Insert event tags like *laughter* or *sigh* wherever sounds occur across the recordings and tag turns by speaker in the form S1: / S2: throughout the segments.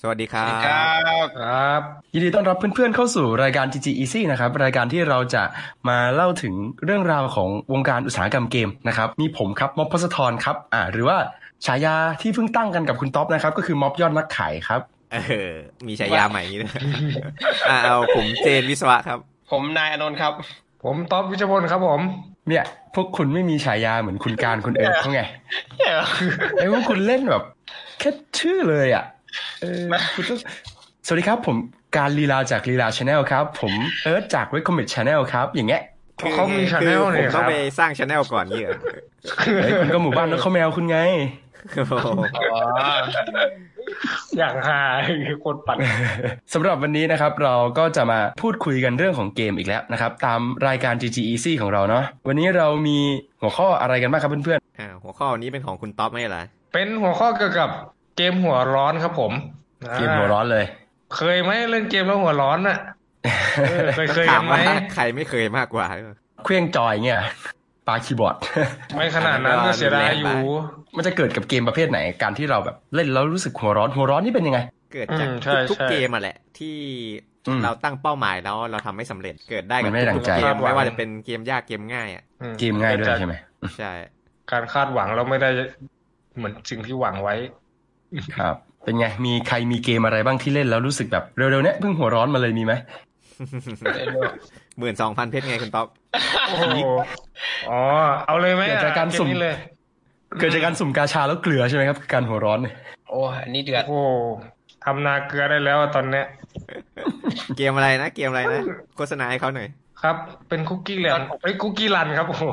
S1: สวัสดีค
S2: ส
S1: รั
S2: วัสดี
S1: บ
S2: ครับ
S3: ครับยินดีต้อนรับเพื่อนๆเข้าสู่รายการ GG Easy นะครับ รายการที่เราจะมาเล่าถึงเรื่องราวของวงการอุตสาหกรรมเกมนะครับ มีผมครับม็อบพศธรครับอ่าหรือว่าฉายาที่เพิ่งตั้งกันกับคุณท็อปนะครับ ก็คือม็อบยอดนักขายครับ
S1: เออ มีฉายาใหม่นี้ด้วย *laughs* อ่าเอาผมเจนวิศวะครับ
S2: ผมนายอานนท์ครับ
S4: ผมท็อปวิชพลครับผม
S3: เนี่ย พวกคุณไม่มีฉายาเหมือนคุณการคุณเอิร์ธเขาไง
S2: เออ
S3: ไอ้พวกคุณเล่นแบบแค่ชื่อเลยอ่ะเออคุณต้องสวัสดีครับ ผมการลีลาจากลีลาชาแนลครับ ผมเอิร์ธจากเวคคอมเมดชาแนลครับ อย่างเงี้ย
S1: คือ
S4: เขามี channel
S1: คือ
S4: เนี่
S1: ผม
S4: ยค
S1: ต้
S4: รับ
S1: องไปสร้างชาแนลก่อนเนี่ย
S3: เฮ้ยคุณก็หมู่บ้านนกข้าวแมวคุณไง
S1: โอ้โห
S2: อ๋อ
S4: อย่างหาโคน
S3: *laughs*
S4: ปั่น
S3: สำหรับวันนี้นะครับเราก็จะมาพูดคุยกันเรื่องของเกมอีกแล้วนะครับ ตามรายการ GG Easy ของเราเนาะวันนี้เรามีหัวข้ออะไรกันบ้างครับเพื่อน
S1: อ่าหัวข้อนี้เป็นของคุณท็อปไม่ใช่เหรอ
S4: เป็นหัวข้อเกี่ยวกับเกมหัวร้อนครับผม
S3: ๆเกมหัวร้อนเลย
S4: เคยไหมเล่นเกมแล้วหัวร้อนน่ะเออเคยเคย
S1: ถา
S4: กั
S1: ม
S4: นไหม
S1: ว่าใครไม่เคยมากกว่าหรือเปล่า
S3: *laughs* เครื่องจอยเงี้ยปาคีย์บอร์ด *laughs*
S4: ไม่ขนาดนั้นก็เสียดายอยู่
S3: มันจะเกิดกับเกมประเภทไหนการที่เราแบบเล่นแล้วรู้สึกหัวร้อนหัวร้อนนี่เป็นยังไง
S1: เกิดจาก
S4: อืมใช่
S1: ทุก
S4: ใช่
S1: ๆเกมอ่ะแหละ ที่
S3: อืม
S1: เราตั้งเป้าหมายแล้วเราทำไม่สำเร็จเกิดได้
S3: มั
S1: กับ
S3: นไม่ได้ดั
S1: ทุ
S3: ง
S1: ก
S3: ใจ
S1: ๆเกมไม่ว่าจะเป็นเกมยากเกมง่ายอ่ะ
S4: อื
S3: เกมง่ายด้วยใช่ไหม
S1: ใช่
S4: การคาดหวังเราไม่ได้เหมือนสิ่งที่หวัง
S3: *laughs*
S4: ไว้
S3: ครับ เป็นไงมีใครมีเกมอะไรบ้างที่เล่นแล้วรู้สึกแบบเร็วๆเนี้ยเพิ่งหัวร้อนมาเลยมีไหม
S1: หมื่นสองพันเพชรไงคุณต๊อบ
S4: โอ้โหอ๋อ เอาเลยไหม
S3: เกิดจากการสุ่ม
S4: เนี้เลย
S3: เกิดจากการสุ่มกาชาแล้วเกลือใช่ไหมครับการหัวร้อนเนี่ย
S2: โอ้อันนี้เดือด
S4: โอ้โหทำนาเกลือได้แล้วตอนเนี้ย
S1: เกมอะไรนะเกมอะไรนะ โฆษณาให้เขาหน่อย
S4: ครับ เป็นคุกกี้แลนด์เอ้ยคุกกี้รันครับโอ้โห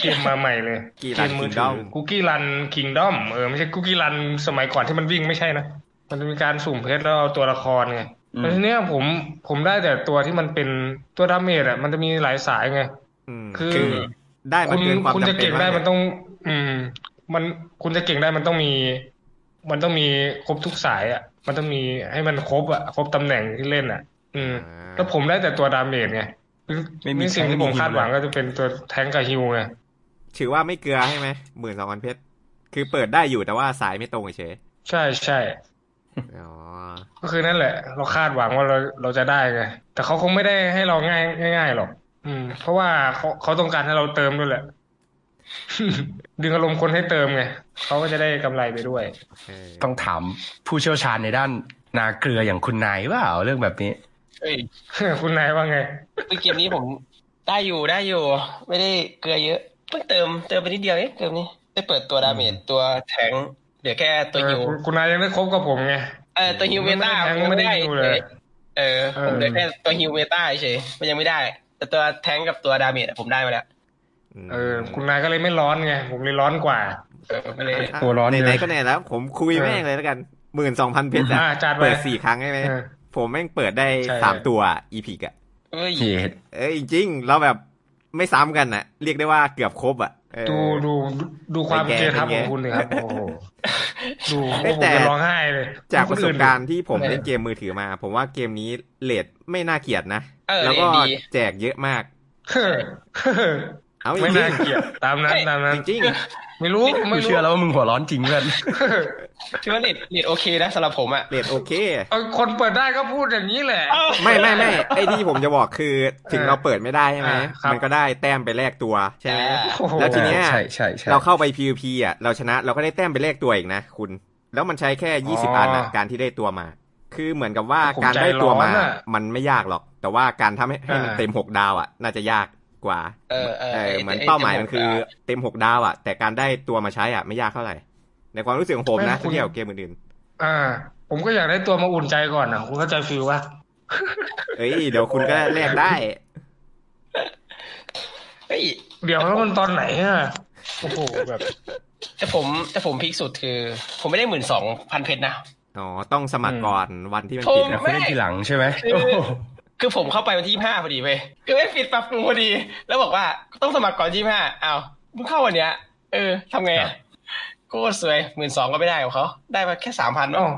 S4: เกมมาใหม่เลย
S1: Cookie
S4: เก
S1: Run
S4: มมือถื
S1: Kingdom
S4: อคุกกี้รันคิงด้อมเออไม่ใช่คุกกี้รันสมัยก่อนที่มันวิ่งไม่ใช่นะ มันมีการสุ่มเพชรแล้วเอาตัวละครไงแล้วทีเนี้ยผมผมได้แต่ตัวที่มันเป็นตัวดาเมจอะมันจะมีหลายสายไง
S1: อืม
S4: คือ
S1: คือได้มา
S4: คุณ
S1: เกินความ
S4: คุณจะ
S1: จำเป็น
S4: เก่งได้
S1: ว่า
S4: มันต้อง อืม มันคุณจะเก่งได้มันต้องมี มันต้องมีครบทุกสายอะมันต้องมีให้มันครบอะครบตำแหน่งที่เล่นอะอืม
S1: อ่า
S4: แล้วผมได้แต่ตัวดาเมจไงนี่สิ่งที่ผมคาดหวังก็จะเป็นตัวแทงก์กับฮิวไง
S1: ถือว่าไม่เกลือใช่ไหมหมื่นสองพันเพชรคือเปิดได้อยู่แต่ว่าสายไม่ตรงเฉย
S4: ใช่ใช่
S1: อ๋อ
S4: ก็คือนั่นแหละ เราคาดหวังว่าเราเราจะได้ไง แต่เขาคงไม่ได้ให้เราง่ายง่ายๆหรอก อืม เพราะว่าเขาเขาต้องการให้เราเติมด้วยแหละ *laughs* ดึงอารมณ์คนให้เติมไง เขาก็จะได้กำไรไปด้วย *laughs*
S1: เออ
S3: ต้องถามผู้เชี่ยวชาญในด้านนาเกลืออย่างคุณนายว่าเรื่องแบบนี้
S2: เอ้ย
S4: คุณนายว่าไง
S2: คือเกมนี้ผมได้อยู่ได้อยู่ ไม่ได้เกลือเยอะเพิ่งเติมเติมไปนิดเดียวเองเติมนี้ได้เปิดตัวดาเมจตัวแทงค์เหลือแค่ตัวฮิว
S4: เออคุณคุณนายยังได้คบกับผมไง
S2: เออตัวฮิวเมตา
S4: ไม่ได้แทงค์
S2: ยัง
S4: ไม่ได้ฮิวเลย
S2: เออ
S4: เออ
S2: ผมเหลือแค่ตัวฮิวเมตาเฉยมันยังไม่ได้ แต่ตัวแทงค์กับตัวดาเมจอะผมได้มาแล้ว
S1: ม
S4: เออ คุณนายก็เลยไม่ร้อนไง ผมเลยร้อนกว่า
S2: เออก็เลย
S3: หัวร้อน
S1: ไหน
S3: เลย
S1: ๆก็ไหนแล้วผมคุยแม่งเลยแล้วกันหมื่นสองพันเพชรอะ
S4: อ่าจัดไป
S1: เปิดสี่ครั้งใช่ไหม
S4: เออ
S1: ผมแม่งเปิดได้
S4: ใช่
S1: สามตัวอีพิกอะ
S2: เอ้ย
S3: เหตุ
S1: เอ้ยจริงๆเราแบบไม่ซ้ำกันอะเรียกได้ว่าเกือบครบอะเออ
S4: ดูดูดูความ
S1: เป็นไง
S4: เกยทับ
S1: เป็นไง
S4: ของคุณเลยครับโอ้โหดู
S1: เอ้ย
S4: ผม
S1: แต่
S4: จะร้องไห้เลย
S1: จากประสบการณ์ที่ผม
S4: เออ
S1: เล่นเกมมือถือมา ผมว่าเกมนี้เลทไม่น่าเกลียดนะ
S2: เออ
S1: แล้ว
S2: เล
S1: ก็
S2: นดี
S1: แจกเยอะมาก เอาจ
S4: ไม่
S1: ริ
S4: น่างเกลียดตามนั้นตามนั้น
S1: ๆจริง
S4: ไม่รู้
S3: กู
S4: ไม่รู้
S3: เชื่อแล้วว่ามึงหัวร้อนจริงเพื่อน
S2: ถือว่าเน็ตเน็ตโอเคนะสำหรับผมอ่ะ
S1: ๆเลทโอเค
S4: เอาคนเปิดได้ก็พูดอย่างนี้แหละ
S1: ไม่ไม่ไม่ไอ้ที่ผมจะบอกคือถึงเราเปิดไม่ได้ใช่ไหม
S4: อ่าครับ
S1: มันก็ได้แต้มไปแลกตัวใช่ไหม
S2: อ่า
S4: โอ้โห
S1: แล้วทีเนี้ย
S3: ใช่ใช่ใช่
S1: เราเข้าไป PVP อ่ะ เราชนะเราก็ได้แต้มไปเลขตัวอีกนะคุณ แล้วมันใช้แค่ 20 อันนะการที่ได้ตัวมา คือเหมือนกับว่าการได้ตัวมา มันไม่ยากหรอก แต่ว่าการทำให้ให้มันเต็ม 6 ดาวอ่ะ น่าจะยากกว่า
S2: เออเออไ
S1: เหมือนเป้าหมายมันคือ
S2: ไ
S1: เต็ม 6 ดาวอ่ะ แต่การได้ตัวมาใช้อ่ะไม่ยากเท่าไหร่ ในความรู้สึกของผมนะเที่ยวเกมอื่น
S4: อ่า ผมก็อยากได้ตัวมาอุ่นใจก่อนนะคุณเข้าใจฟิลว่า
S1: ๆเอ้ยเดี๋ยวคุณก็แลกได้
S2: เฮ้ย
S4: เดี๋ยวแล้วมันตอนไหนอ่ะโอ้โหแบบ
S2: แต่ผมแต่ผมพีคสุดคือ ผมไม่ได้หมื่นสองพันเพชรนะ
S1: อ๋อ ต้องสมัครก่อนวันที่มัน
S2: โทร
S1: ปิด
S2: มา
S1: นะ
S3: คุณเล่นทีหลังใช่ไหม
S2: คือ
S3: โอ้โห
S2: คือผมเข้าไปวันที่ยี่ห้าพอดีเว้ยคือไม่ปิดปรับปรุงพอดี แล้วบอกว่าต้องสมัครก่อนยี่ห้าอ้าวมึงเข้าวันเนี้ย เออทำไงอะโคตรสวยหมื่นสองก็ไม่ได้ของเขาได้มาแค่สามพัน
S4: อ๋อ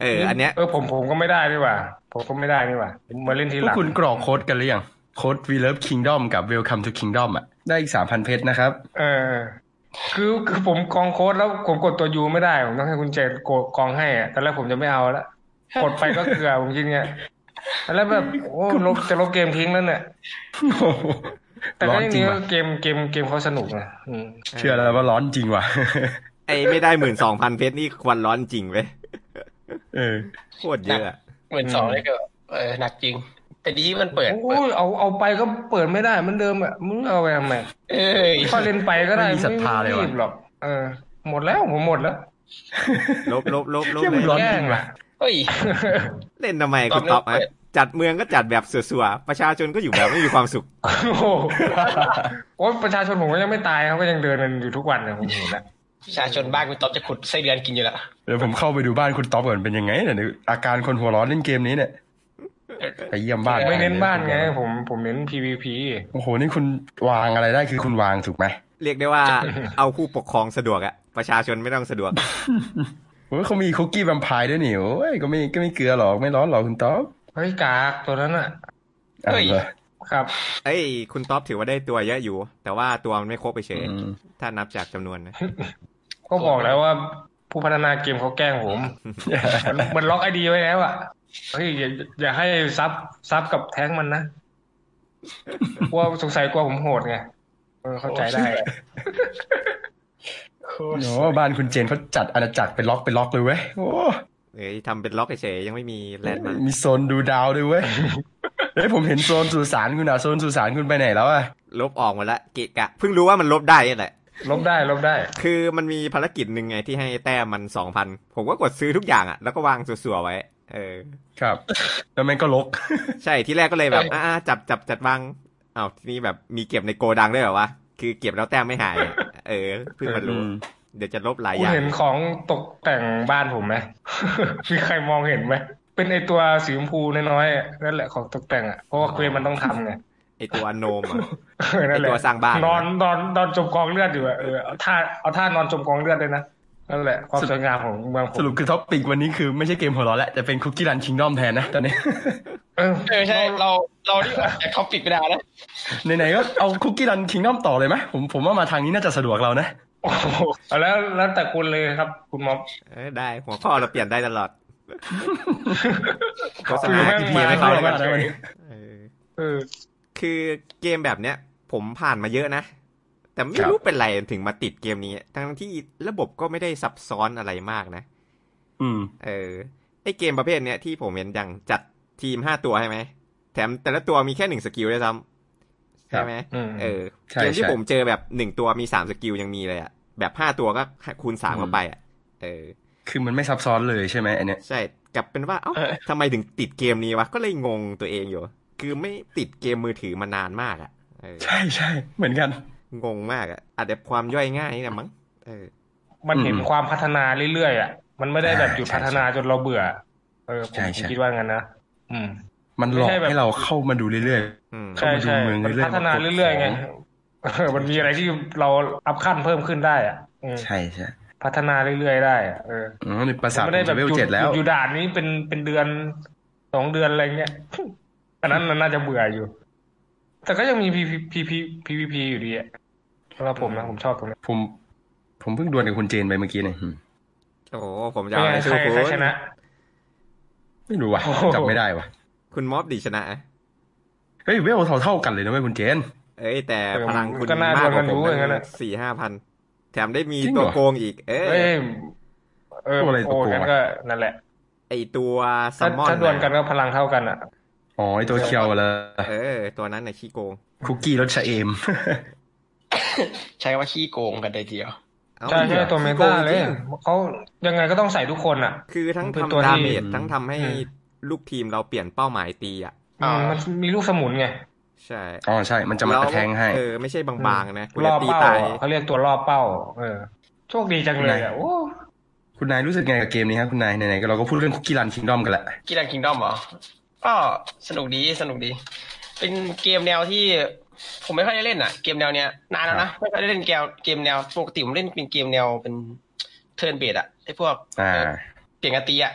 S1: เออ อันเนี้ย
S4: เออผมผมก็ไม่ได้นี่หว่า ผมก็ไม่ได้นี่หว่าผมมาเล่นที
S3: พวก
S4: หลัง
S3: คุณกรอกโค้ดกันหรือยังโค้ด We Love Kingdom กับ Welcome to Kingdom อ่ะ ได้อีก 3,000 เพชรนะครับ
S4: เออ คือคือผมกองโค้ดแล้วผมกดตัวยูไม่ได้ ผมต้องให้คุณเจนกดกองให้อะตอนแรกผมจะไม่เอาละ กดไปก็เกลือผมคิดเงี้ยแล้วแบบโอ้ลบจะลบเกมทิ้งแล้วเนี่ยแต่
S3: ร้อ
S4: ก็
S3: น
S4: ยัง
S3: จริ
S4: ดี
S3: งว่ะ
S4: ว่าเกมเกมเกมเขาสนุกนะอืม
S3: เชื่อแล้วว่าร้อนจริงว่ะ *laughs*
S1: ไอ้ไม่ได้หมื่นสองพันเพชรนี่ควรร้อนจริงเว้ย
S3: เอ
S4: *laughs*
S3: อ
S1: โคตรเยอะอะ
S2: หมื่นสองนี่ก็เออหนักจริง แต่ดีที่มันเปิดเปิ
S4: โอ้
S2: ด
S4: ยเอาเอาไปก็เปิดไม่ได้เหมือนเดิมอ่ะมึงเอาไปทำไม
S2: เอ้ย
S4: ค่อยเล่นไปก็ได้
S3: ไม่มีศรัทธาเลยว่ะ
S4: ไม่รีบหรอกเออ หมดแล้วผมหมดแล้ว
S1: ลบลบลบลบ
S3: เที่ยมัน
S1: เล
S3: ร้อย นจริงว่ะ
S2: เฮ้ย
S1: เล่นทำไมคุณ
S2: ต
S1: ต๊
S2: อ
S1: อ
S2: บบ ไม่
S1: อะ
S2: เปิด
S1: จัดเมืองก็จัดแบบสัวๆประชาชนก็อยู่แบบไม่มีความสุข
S4: *laughs* โอ้โหโอ้ยประชาชนผมก็ยังไม่ตายเขาก็ยังเดินกันอยู่ทุกวันเลยผมเห็นนะ
S2: ประชาชนบ้านคุณต๊อบจะขุดไส้เดือนกินอยู่แล้ว
S3: เดี๋ยวผมเข้าไปดูบ้านคุณต๊อบก่อนเป็นยังไงเนี่ยเดี๋ยวอาการคนหัวร้อนเล่นเกมนี้เนี่ยไปเยี่ยมบ้าน
S4: ไม่เน้น
S3: ลย
S4: บ้านไง ผมผมเน้น PVP
S3: โอ้โหนี่คุณวางอะไรได้คือคุณวางถูกไหม
S1: เรียก
S3: *laughs*
S1: ได้ว่าเอาผู้ปกครองสะดวกอะประชาชนไม่ต้องสะดวก
S3: โอ้ยเขามีคุกกี้แวมไพร์ด้วยนี่โอ้ยก็ไม่ก็ไม่เกลือหรอกไม่ร้อนหรอกคุณต๊อบ
S4: เฮ้ยกากตัวนั้นอ่ะ
S3: อ่ะ
S2: เฮ้ย
S3: เหรอ
S4: ครับ
S1: เอ้ย คุณต๊อบถือว่าได้ตัวเยอะอยู่ แต่ว่าตัวมันไม่ครบไปเฉย
S3: อืม
S1: ถ้านับจากจำนวนนะ
S4: ก็บอกแล้วว่าผู้พัฒนาเกมเขาแกล้งผมมันมันล็อกไอดีไว้แล้วอ่ะเฮ้ยอย่าอย่าให้ซับซับกับแท้งมันนะกลัว่าสงสัยกลัวผมโหดไงเออเข้าใจได้
S3: โอ้บ้านคุณเจนเขาจัดอาณาจักรเป็นล็อกเป็นล็อกเลยเว้ยโอ้
S1: เอ้ยทำเป็นล็อกเฉยยังไม่มีแลนด์มาร์ค
S3: มีโซนดูดาวด้วยเว้ย *laughs* เฮ้ยผมเห็นโซนสุสานคุณอ่ะโซนสุสานคุณไปไหนแล้วอ่ะ
S1: ลบออกหมดละเกะกะเพิ่งรู้ว่ามันลบได้นี่แหละ
S4: ลบได้ลบได้
S1: คือมันมีภารกิจหนึ่งไงที่ให้แต้มมันสองพันผมก็กดซื้อทุกอย่างอะแล้วก็วางสัวๆไว้ เออ
S3: ครับ แล้วแม่งก็ลก
S1: ใช่ที่แรกก็
S4: *laughs*
S1: เลยแบบ
S2: เอ้ย
S1: อ่าจับจับจัดวางอ้าวทีนี้แบบมีเก็บในโกดังด้วยเหรอวะคือเก็บแล้วแต้มไม่หาย เออเพิ่งมารู้เดี๋ยวจะลบหลาย
S4: คุ
S1: อ
S4: ณ
S1: ย่าง
S4: เห็นของตกแต่งบ้านผมไหม มีใครมองเห็นไหม เป็นไอตัวสีชมพูน้อยๆอะนั่นแหละของตกแต่งอ่ะ เพราะว่าเควสมันต้องทำไง
S1: ไอตัวโนมอะ
S4: เออ *laughs* นั่นแหละ
S1: ไอ้ตัวสร้างบ้าน
S4: นอนนอนนอนจมกองเลือดอยู่อะเออเอาท่าเอาท่านอนจมกองเลือดเลยนะ นั่นแหละความสวยงามของเมืองผ
S3: ส
S4: ม
S3: รุปคือท็อปปิกวันนี้คือไม่ใช่เกมหัวเร้อนแหละแต่เป็นคุกกี้รันคิงดอมแทนนะตอนนี้ *laughs*
S4: เอ *laughs* อ
S2: เออใช่เราเราที่ออกจากท็อปิกไปได้แล้ว
S3: ไหนๆก็เอาคุกกี้รันคิงดอมต่อเลยไหมผมผมว่ามาทางนี้น่าจะสะดวกเรานะ
S4: โอ้โหเอาแล้วแล้วแต่คุณเลยครับ คุณม็อบ
S1: เออได้หัวข้อเราเปลี่ยนได้ตลอด โฆษ
S4: คื
S1: ณา
S4: แม่ง
S1: ที่
S4: มา
S1: ไม่
S4: เข้า
S1: เข้าแล้ว
S4: กั
S1: กัน น
S4: เฉย
S1: เออ
S4: เออ
S1: คือเกมแบบเนี้ย ผมผ่านมาเยอะนะ แต่ไม่
S3: ครับ
S1: รู้เป็นไรถึงมาติดเกมนี้ ทั้งที่ระบบก็ไม่ได้ซับซ้อนอะไรมากนะ
S3: อืม
S1: เออไอเกมประเภทเนี้ยที่ผมเห็นอย่างจัดทีมห้าตัวใช่ไหมแถมแต่ละตัวมีแค่หนึ่งสกิลด้วยซ้ำ
S3: ครับ
S1: ใช่ไหม
S4: อืม
S1: เออ
S3: ใช่
S1: เกมที่
S3: ใช่
S1: ผมเจอแบบหนึ่งตัวมีสามสกิลยังมีเลยอะแบบห้าตัวก็คูณสามเข้าไปอะเออ
S3: คือมันไม่ซับซ้อนเลยใช่ไหมอันเนี้ย
S1: ใช่กลับเป็นว่าเอ้าทำไมถึงติดเกมนี้วะ ก็เลยงงตัวเองอยู่ คือไม่ติดเกมมือถือมานานมากอะเออ
S3: ใช่ใช่เหมือนกัน
S1: งงมากอะอาจจะความย่อยง่ายนี่แหละมั้งเออ
S4: มันเห็น
S3: อืม
S4: ความพัฒนาเรื่อยๆอ่ะ มันไม่ได้แบบหยุด
S3: ใช่
S4: พัฒนาจนเราเบื่อ เออผ
S3: ใช่
S4: ม
S3: ใช่
S4: คิดว่างั้นนะอืม
S3: มันหลอก
S4: ไม่ใช่แบบ
S3: ให้เราเข้ามาดูเรื่อย
S1: อืม
S4: ใช่ใช่
S3: เข้ามาดูเมือง
S4: มัน
S3: เรื่อยๆ
S4: พัฒนา
S3: มันกด
S4: เรื่อยๆไง
S3: ของ
S4: เอ *laughs* อมันมีอะไรที่เราอัพขั้นเพิ่มขึ้นได้อะอืม
S3: ๆ ใช่ใช่
S4: พัฒนาเรื่อยๆได้อะเออ
S3: อ๋อในประสาท
S4: ไม่ได้แบบ
S3: เวล
S4: หยุด
S3: เจ็ดแล้ว
S4: หยุดอยู่ด่านนี้เป็นเป็นเดือนสองเดือนอะไรเงี้ย อันนั้นน่าจะเบื่ออยู่ แต่ก็ยังมี p ีพีพีพีพีอยู่ดีอะสำหรับผมนะผมชอบตรงนี้
S3: ผม ผมเพิ่งดวลกับคุณเจนไปเมื่อกี้เนี่ยอืม
S1: โอ้โหผมจะ
S4: เป็น
S1: เอาอะไร
S4: ไงใค
S1: สู้คุ
S4: ร
S1: ณ
S4: ใครชนะ
S3: ไม่รู้ว่ะ
S4: โอ้โห
S3: จำไม่ได้ว่ะ
S1: คุณม็อบดีชนะอะ
S3: เฮ้ยเวลเท่าเท่าๆกันเลยนะเว้ยคุณเจน
S1: เอ้ย แต่
S4: เออ
S1: พลังคุณ
S4: ก็น่าม
S1: ากกว่า
S4: โดนกัน
S1: ผ
S4: รู้
S1: ม
S4: อย่างนั้นอะ
S1: สี่ห้าพันแถมได้มี
S3: จริงเหร
S1: ตั
S3: อ
S1: วโกงอีก เอ้
S4: เอ้
S1: ย
S4: ยเออ
S3: ตัวอะไรตัว
S4: โอ้
S3: โกงอะ
S4: กันก็นั่นแหละ
S1: ไอตัวซั
S4: ถ้าม
S1: มอน
S4: ถ้าดวลกันก็พลังเท่ากันอ่ะ
S3: อ๋อไอตัวเคียวเลย
S1: เออ ตัวนั้นน่ะขี้โกง
S3: คุกกี้รสชาเอม
S2: ใช้ว่าขี้โกงกันเลยทีเดียว
S1: เอ้า
S4: ใช่ใช่ตัวเม
S1: ขี้โก
S4: ตาง เลย
S1: จริง
S4: เขายังไงก็ต้องใส่ทุกคนอ่ะ
S1: คือทั้ง
S4: เป็นตัว
S1: ทำดา
S4: ที่
S1: เมจทั้งทำให้
S4: อืม
S1: ลูกทีมเราเปลี่ยนเป้าหมายตีอ่ะ
S4: อืมมันมีลูกสมุนไง
S1: ใช่
S3: อ๋อใช่มันจะมากระแทงให้
S1: เออไม่ใช่บางๆนะกู
S4: ร
S1: จะ
S4: อบ
S1: ตี
S4: เป้า
S1: ตาย
S4: อะเขาเรียกตัวรอบเป้า เออ โชคดีจังเลยอ่ะโอ้
S3: คุณนายรู้สึกไงกับเกมนี้ครับคุณนายไหนๆก็เราก็พูดเรื่องคุกกี้รันคิงดอมกันแหละ
S2: กีฬาคิงดอมเหรอ ก็สนุกดีสนุกดี เป็นเกมแนวที่ผมไม่ค่อยได้เล่นอ่ะ เกมแนวเนี้ยนานแล้วนะไม่ค่อยได้เล่นเกมเกมแนวปกติผมเล่นเป็นเกมแนวเป็นเทิร์นเบดอ่ะไอ้พวก
S3: อ่า
S2: เปลี่ยนกติอ่ะ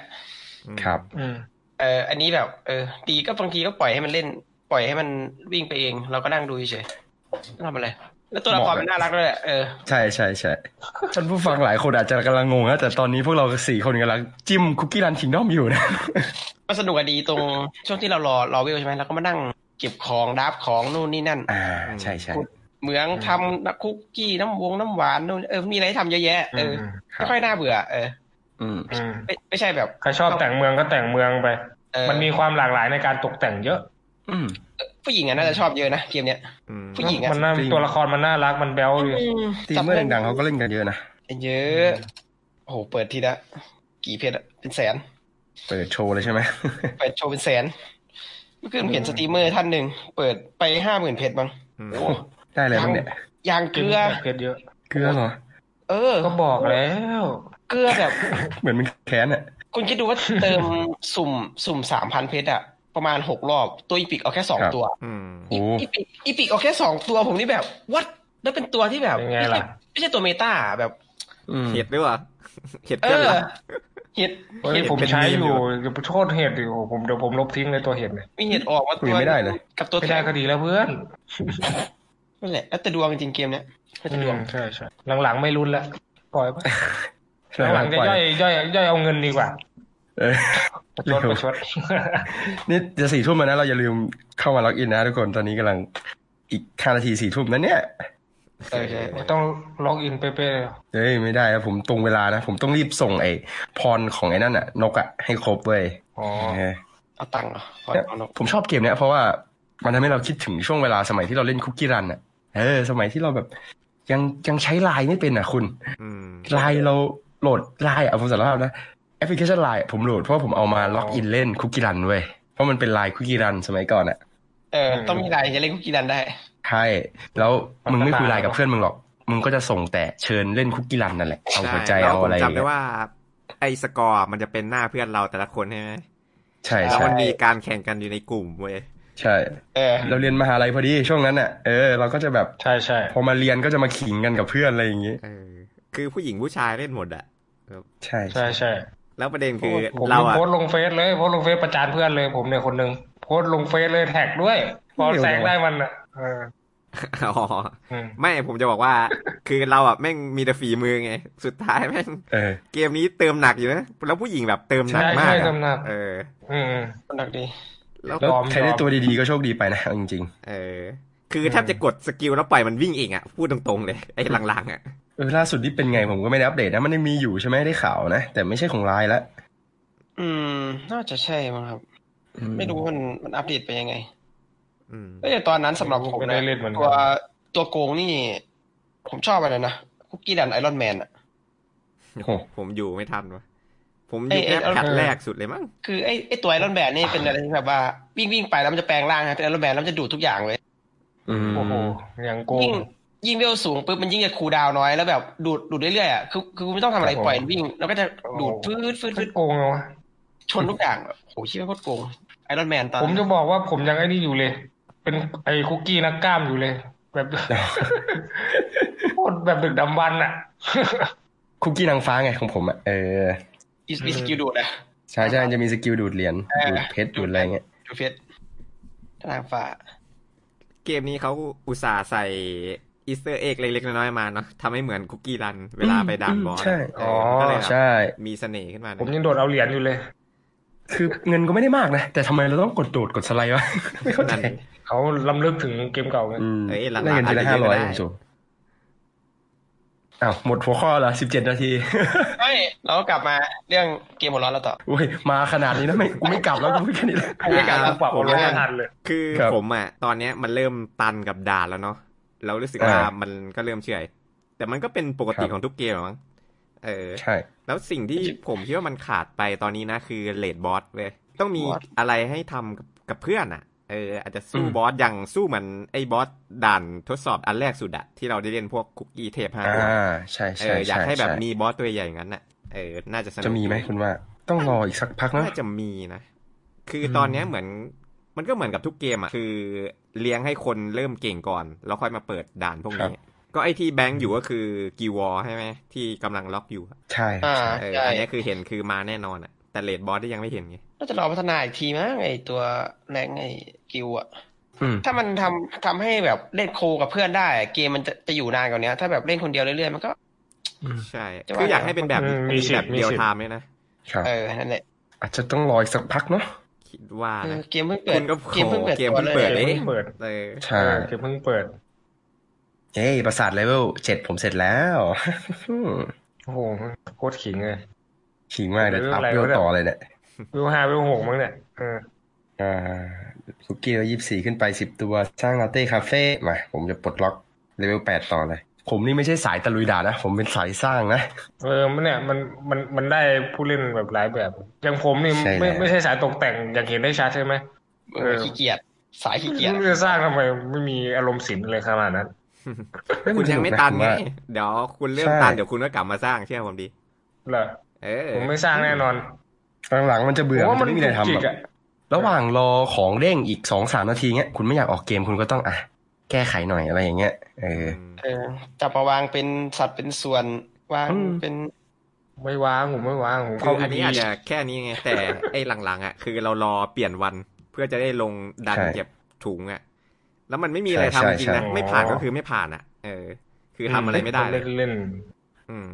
S3: ครับ
S4: อืม
S2: เอออันนี้แบบเออตีก็บางทีก็ปล่อยให้มันเล่น ปล่อยให้มันวิ่งไปเอง เราก็นั่งดูเฉยๆไม่ทำอะไร แล้วตัวละครมันน่ารักด้วยแหละเออ
S3: ใช่ใช่ *laughs* ใช่ท่านผู้ฟังหลายคนอาจจะกำลังงงนะแต่ตอนนี้พวกเราสี่คนกำลังจิ้มคุกกี้รันคิงด้อมอยู่นะ
S2: มันสนุกอะดีตรงช่วงที่เรารอรอเวลใช่ไหมเราก็มานั่งเก็บของดับของนู่นนี่นั่น
S3: อ่าใช่ใช่
S2: เหมืองทำน้ำคุกกี้น้ำวงน้ำหวานนู่นเออมีอะไรให้ทำเยอะแยะเออ
S4: ค
S2: ไม่
S4: รับ
S2: ค่อยน่าเบื่อ เออ
S3: อืม
S4: อืม
S2: ไม่ไม่ใช่แบบ
S4: ใครชอบแต่งเมืองก็แต่งเมืองไป
S2: เออ
S4: มันมีความหลากหลายในการตกแต่งเยอะ
S3: อืม
S2: ผู้หญิงอะน่าจะชอบเยอะนะเกมเนี้ย
S1: อืม
S2: ผู้หญิงอะ
S4: มันน่า
S3: จริง
S4: ตัวละครมันน่ารักมันแบ๊วดี
S3: ตีเมื่อดังๆเขาก็เล่นกันเยอะนะ
S2: เยอะโอ้โหเปิดทีละกี่เพจอะเป็นแสน
S3: เปิดโชว์เลยใช่ไหม
S2: เปิดโชว์เป็นแสนเมื่อคืนเห็นสตรีมเมอร์ท่านหนึ่งเปิดไปห้าหมื่นเพจบ้าง
S1: อืม
S2: โอ้
S3: ได้เลยมั้างเนี่ย
S2: ยางเก
S4: กิน
S2: ลือ
S4: แบบเพชรเยอะ
S3: เกลือเหรอ
S2: เออ
S4: ก็บอกแล้ว
S2: เกลือแบบ
S3: เหมือนมันแค้นอ่ะ
S2: คุณคิดดูว่าเติมสุ่มสุ่มสามพันเพชรอะประมาณหกรอบ ตัวอีปิกเอาแค่สองตัว
S1: อืม
S3: โอ้
S2: อีปิกอีปิกเอาแค่สองตัวผมนี่แบบวัดแล้วเป็นตัวที่แบบ
S4: ยังไง
S2: ไม่ใช่
S4: ล่ะ
S2: ไม่ใช่ตัวเมตาแบบ
S3: อืม
S1: เห็ดด้วยวะ *laughs* เห็ด
S2: เอ
S1: เกิน
S2: อ
S1: เหรอ
S2: เห็ด
S4: เฮ้ย
S2: เห็ด
S4: ผม
S1: เป็น
S4: ใช้
S1: มีม
S4: อ
S1: อยู่
S4: ยู่โทษเห็ดดิโอ้โหผมเดี๋ยวผมลบทิ้งเลยตัวเห็ดเนี่ย
S2: มีเห็ดออกมา
S3: คุ
S2: ตั
S3: ยวไม่ได้เลย
S2: กับตัว
S4: ไม่
S2: แท
S4: ได้
S2: น
S4: ก็ดีแล้วเพื่อน
S2: นั่นแหละแล้วแต่ดวงจริงๆเกมเนี้ยแล้วแต่ด
S4: อื
S2: วง
S4: มใช่ใช่หลังๆไม่รุนละปล่อยไปหลังๆจะ
S3: ปล่อย
S4: ย่อยย่อยย่อยเอาเงินดีกว่า
S3: เออ *laughs*
S4: ประ
S3: เร็
S4: ช
S3: ว
S4: ดประชด
S3: นี่จะสี่ทุ่มแล้วนะเราอย่าลืมเข้ามาล็อกอินนะทุกคนตอนนี้กำลังอีกห้านาทีสี่ทุ่มนั้นเนี่ย
S2: เออใช่
S4: ต้องล็อกอินเป๊ะๆเลย
S3: เฮ้ยไม่ได้นะผมตรงเวลานะ ผมต้องรีบส่งไอ้พรของไอ้นั่นน่ะ นกอะให้ครบเว้ย
S4: อ๋อ
S3: เออ
S2: เอาตังค์เหรอขอเอานก
S3: ผมชอบเกมเนี้ยเพราะว่ามันทำให้เราคิดถึงช่วงเวลาสมัยที่เราเล่นคุกกี้รันอะเออ สมัยที่เราแบบ ยังยังใช้ไลน์ไม่เป็นอ่ะคุณ
S1: อืม
S3: ไลน์เราโหลดไลน์อะผมสารภาพนะแอปพลิเคชันไลน์ผมโหลดเพราะผมเอามาล็อกอินเล่นคุกกี้รันเว้ยเพราะมันเป็นไลน์คุกกี้รันสมัยก่อนอะ
S2: เออต้องมีลายจะเล่นคุกกี้ดันได้
S3: ใช่แล้วมึงไม่คุยไลน์กับเพื่อนมึงหรอก มึงก็จะส่งแต่เชิญเล่นคุกกี้รันนั่นแหละเอาหัวใจ
S1: ช่แล้ว
S3: เอาอะไร
S1: ผมจำได้ว่า ไอ้สกอร์มันจะเป็นหน้าเพื่อนเราแต่ละคนใช่ไหม
S3: ใช่
S1: แล้ว
S3: ใช่
S1: มันมีการแข่งกันอยู่ในกลุ่มเว้ย
S3: ใช่
S2: เออ
S3: เราเรียนมหาลัยพอดีช่วงนั้นน่ะเออเราก็จะแบบ
S4: ใช่ใช่
S3: พอมาเรียนก็จะมาขิงกันกับเพื่อนอะไรอย่างงี้
S1: เออ คือผู้หญิงผู้ชายเล่นหมดอะ
S3: ใช่
S4: ใช่ใช่
S1: แล้วประเด็นคือ
S4: ผม
S1: เรา
S4: นี่
S1: อะ
S4: โพสต์ลงเฟซเลยโพสต์ลงเฟซประจานเพื่อนเลย ผมเนี่ยคนหนึ่งโพสต์ลงเฟซเลยแท็กด้วย พอแซงได้มันอ่ะเออ
S1: อ๋อ
S4: อืม
S1: ไม่ผมจะบอกว่า *laughs* คือเราอะแม่งมีแต่ฝีมือไง สุดท้ายแม่ง
S3: เออ
S1: เกมนี้เติมหนักอยู่นะ แล้วผู้หญิงแบบเติมหนักมาก
S4: ใช่
S1: อะ
S4: ใช่เติมหนัก
S1: เออ
S4: อืม
S2: คนดักดี
S1: แล้ว
S3: แล้ว
S4: ยอม
S3: ใครได้
S4: ยอม
S3: ตัวดีๆก็โชคดีไปนะเอาจริง
S1: เออ คือแทบจะกดสกิลแล้วปล่อยมันวิ่งเองอะพูดตรงๆเลย ไอ้หลังๆอะ
S3: ๆเออล่าสุดนี่เป็นไงผมก็ไม่ได้อัปเดตนะมันยังมีอยู่ใช่ไหมได้ข่าวนะ แต่ไม่ใช่ของไลน์ละ
S2: อืม น่าจะใช่มั้งครับ
S3: อื
S2: ไม่รู้มันมันอัปเดตไปยังไง
S1: อืม
S2: แต่ตอนนั้นสำหรับผม
S4: ไม่ได้
S2: นะ
S4: เล่นเหมือนกัน
S2: ตัวตัวโกงนี่ ผมชอบอะไรนะคุกกี้ดันไอรอนแมนอะ
S3: โอ้โห
S1: ผมอยู่ไม่ทันวะ ผมอ
S2: ไอ้
S1: ยู่
S2: ไอ้
S1: แค่
S2: เอา
S1: แพทแรกสุดเลยมั้ง
S2: คือไอไอตัวไอรอนแมนนี่เป็นอะไรที่แบบว่าวิ่งวิ่งไปแล้วมันจะแปลงร่างนะเป็นไอรอนแมนแล้วมันจะดูดทุกอย่างเลย
S3: อืม
S4: โอ้โหอย่างโก
S2: ยิ่
S4: ง
S2: งยิ่งเวลสูงปุ๊บมันยิ่งจะคูลดาวน์น้อยแล้วแบบดูดดูดเรื่อยๆอ่ะคือคือไม่ต้องทำอะไร
S4: ครับผม
S2: ปล่อยวิ่ง แล้วก็จะดูด
S4: โอ้
S2: ฟืดฟืดฟื
S4: ไม่
S2: ด
S4: โกงเลยวะ
S2: ชนทุกอย่างอะโอ้โหเชี่ยโคตรโกงไอรอนแมนตอน
S4: ผมจะบอกว่าผมยังไอ้นี่อยู่เลย เป็นไอ้คุกกี้นักกล้ามอยู่เลย แบบ
S1: *laughs*
S4: โคตรแบบดึกดำบรรพ์อ่ะ *laughs*
S3: คุกกี้นางฟ้าไงของผมอ่ะเออ
S2: อีสปีสกิลดูดอะ
S3: ใช่ใช่มันจะมีสกิลดูดเหรียญดูดเพชรดูดอะไรเงี้ย
S2: ดูดเพชรทางฟ้า
S1: เกมนี้เขาอุตส่าห์ใส่อีสเตอร์เอ็กเล็กๆน้อยๆมาเนาะทำให้เหมือนคุกกี้รัน เวลาไปด่านบอส
S3: ใช่
S1: เออมันก็เลยแบบ
S3: ใช่
S1: มีเสน่ห์ขึ้นมาห
S4: ผม
S1: น่อย
S4: ยังโดดเอาเหรียญอยู่เลย
S3: คือเงินก็ไม่ได้มากนะ แต่ทำไมเราต้องกดโดดกดสไลด์วะไม่เข้าใจ
S1: นั่น
S4: เขาล้ำลึกถึงเกมเก่าไง
S3: อืม
S1: เอ้ยหลังๆ
S3: ได้เงินทีละ
S1: อาจ
S3: ห้า
S1: จะเย
S3: ร้
S1: อะ
S3: อ
S1: ก็ได้
S3: ยผมสูอ้าวหมดหัวข้อละสิบเจ็ดนาที *laughs*
S2: ไม่เราก็กลับมาเรื่องเกมหัวร้อนแล้วต่อ
S3: โอ้ยมาขนาดนี้แล้วไม่กูไม่กลับแล้วกูพูดแค่นี้แล้ว
S4: ไม่กล้ารปรับ
S1: ผ
S4: เอา
S1: ม
S4: ล
S1: ว่า
S4: งไม่ทันเลย
S1: คือ
S3: ครับ
S1: ผมอะตอนเนี้ยมันเริ่มตันกับด่านแล้วเนาะเรารู้สึกว่า
S3: อ่ามั
S1: มันก็เริ่มเฉอยแต่มันก็เป็นปกติ
S3: ครับ
S1: ของทุกเกมอะมั้งเออ
S3: ใช่
S1: แล้วสิ่งที่ผมคิดว่ามันขาดไปตอนนี้นะคือเลดบอสเว้ยต้องมี
S2: บอส
S1: อะไรให้ทำกับกับเพื่อนอ่ะเอออาจจะสู้บอสอย่างสู้เหมือนไอ้บอสด่านทดสอบอันแรกสุดอะที่เราได้เล่นพวกคุกกี้เทพห้า
S3: อ่
S1: ตัว
S3: าใช่
S1: เอ
S3: ใช่
S1: ออยาก
S3: ช่
S1: ให้แบบ
S3: ช่
S1: มีบอสตัวใหญ่อย่างนั้นน่ะเออน่าจะสนุก
S3: จะมีไหมคุณว่า ต้องรออีกสักพักเนอะ
S1: น่าจะมีนะ คือตอนเนี้ยเหมือนมันก็เหมือนกับทุกเกมอะคือเลี้ยงให้คนเริ่มเก่งก่อน แล้วค่อยมาเปิดด่านพวกนี้ก็ไอที่แบงค์อยู่ก็คือกีวอใช่ไหมที่กำลังล็อกอยู่
S3: ใช่
S2: อ่า
S1: เออ
S2: ใช่
S1: อันนี้คือเห็นคือมาแน่นอนอะแต่เลดบอสที่ยังไม่เห็นไง
S2: น่าจะรอพัฒนาอีกทีมั้งไอตัวแรงไอกิวอะ
S3: อืม
S2: ถ้ามันทำทำให้แบบเล่นโคกับเพื่อนได้ เกมมันจะจะอยู่นานกว่านี้ถ้าแบบเล่นคนเดียวเรื่อยๆมันก็
S1: ใช่
S2: จะว่า
S1: คืออยากให้เป็นแบบ
S4: อืมมีสิ
S1: แบ
S4: ทธิ์
S1: บ
S4: มี
S1: เดียว
S4: สิทธิ์
S1: ไทม์เนี่ยนะ
S3: ครับ
S2: เออนั่นแหละ
S3: อาจจะต้องรออีกสักพักเนาะ
S1: คิดว่า
S2: เออ
S1: นะ
S2: เกมเพิ่งเปิด
S1: คุณก็
S2: เกมเพิ่งเปิ
S1: โห
S2: ด
S1: เกม
S2: ตัว
S1: เพิ่ง
S2: เลย
S1: เปิด
S4: เกมเพิ่งเปิด
S1: เออ
S3: ใช่
S4: เออเกมเพิ่งเปิด
S3: เอ้ยประสาทเลเวลเจ็ดผมเสร็จแล้ว *laughs*
S4: โอ้โหโคตรขิงเลย
S3: ขิงมากเดี๋ยวอัพเรื่
S4: เรื่
S3: อ
S4: องงอะไรวะเนี่ย
S3: ต่อเลยเนี่ย
S4: วิวห้าวิวหกมั้งเนี่ยเออ
S3: อ่าคุกกี้เรายี่สี่ขึ้นไปสิบตัว สร้างลาเต้คาเฟ่มาผมจะปลดล็อกเลเวลแปดต่อเลย ผมนี่ไม่ใช่สายตะลุยด่านะ ผมเป็นสายสร้างนะ
S4: เออมันเนี่ยมันมันมันได้ผู้เล่นแบบหลายแบบอย่างผมนี่
S3: ใช่แล้ว
S4: ไม่ไม่ใช่สายตกแต่งอย่างเห็นได้ชัดใช่ไหม
S2: เออขี้เกียจสายขี้เกียจ
S4: ไม่รู้จะสร้างทำไมไม่มีอารมณ์ศิลป์เลยขนาดนั้น
S1: คุณยังไม่ตัน
S3: ผม
S1: ไง
S3: ว่า
S1: เดี๋ยวคุณเริ่ม
S3: ใช่
S1: ตันเดี๋ยวคุณก็กลับมาสร้างเชื่อผมดี
S4: เหรอ
S1: เออ
S4: ผมไม่สร้างแน่นอน
S3: หลังๆมันจะเบื่อ
S4: ผมว่า
S3: มั
S4: มัน น
S3: จะไม่มีอะไร
S4: จุ
S3: ทำ
S4: กจิก
S3: อะ
S4: อะ
S3: ระหว่างรอของเร่งอีกสองสามนาทีเงี้ยคุณไม่อยากออกเกมคุณก็ต้องอ่ะแก้ไขหน่อยอะไรอย่างเงี้ยเออ
S1: ม
S2: เออจับมาวางเป็นสัตว์เป็นส่วนวาง
S3: อืม
S2: เป็น
S4: ไม่ว้างผมไม่ว้างผม
S1: คืออันนี้อาจจะแค่นี้ไง แต่ *laughs* ไอ้หลังๆอ่ะคือเรารอเปลี่ยนวันเพื่อจะได้ลงดัน
S3: ใช่
S1: เก็บถุงอ่ะ แล้วมันไม่มีอะไรทำ
S3: ใช่
S1: จริงๆนะ
S3: ใช่
S1: ไม่ผ่านก็คือไม่ผ่านอ่ะ เออ คือทำอะไรไม่ได้เล
S4: เล่
S1: ย
S4: นเล่น
S1: อืม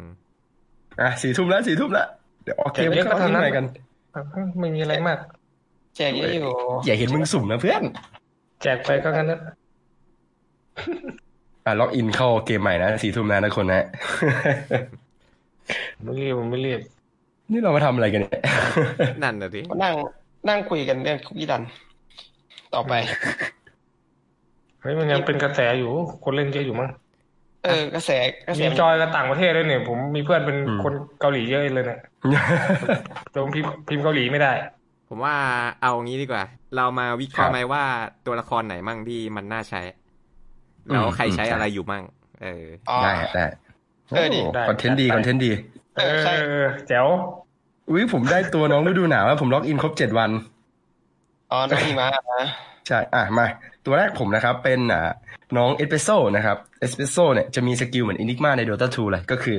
S3: อ่ะสี่ทุ่มแล้วสี่ทุ่มแล้วเดี๋ยวออกเกม
S4: แต่เยอะ
S3: เข้า
S4: ก็เท่า
S3: ที่
S4: นั้น
S3: ไหนกัน
S4: ๆไม่มีอะไรมาก
S2: แจกเยอะอยู่
S3: อย่าเห็นมึงสุ่มนะเพื่อน
S4: แจกไปก็งั้นนะ
S3: อ่ะล็อกอินเข้าเกมใหม่นะสี่ทุ่มแล้วนะคนนะ *laughs*
S4: ไม่รีบผมไม่รีบ
S3: นี่เรามาทำอะไรกันเนี่ย
S1: นั่นน่ะดิ
S2: ก็นั่งนั่งคุยกันเรื่องคุกกี้ดัน ต่อไป
S4: เฮ้ยมันยังเป็นกระแสอยู่ คนเล่นเยอะอยู่มั้ง
S2: เออกระแสกระแส
S4: มีจอยกับต่างประเทศด้วยเนี่ยผมมีเพื่อนเป็น
S3: อืม
S4: คนเกาหลีเยอะเลยเนี่ยแต่ผมพิมพ์พิมพ์เกาหลีไม่ได้
S1: ผมว่าเอางี้ดีกว่า เรามาวิเคราะ
S3: ครั
S1: ห์
S3: บ
S1: ไหมว่าตัวละครไหนมั่งที่มันน่าใช้ แล้ว
S3: อืม
S1: ใครใช้
S3: อืม
S1: อะไรอยู่มั่ง เอ
S3: *laughs*
S1: อ
S2: อ๋อ
S3: ได้ฮะได้
S2: เออดี
S3: โอ้
S4: ได้
S3: คอนเทนต์ดีคอนเทนต์ดี
S2: เออใช่
S4: เออแจ๋ว
S3: อุ้ยผมได้ตัวน้องฤดูหนาวแล้วผมล็อกอินครบเจ็ดวัน
S2: อ๋อน้องหิมะนะ
S3: ใช่ อ่ะ มา ตัวแรกผมนะครับ เป็นอ่าน้องเอสเป s โซนะครับ เอสเป s โซเนี่ยจะมีสกิลเหมือนอินิกมาใน Dota 2 เลย ก็คือ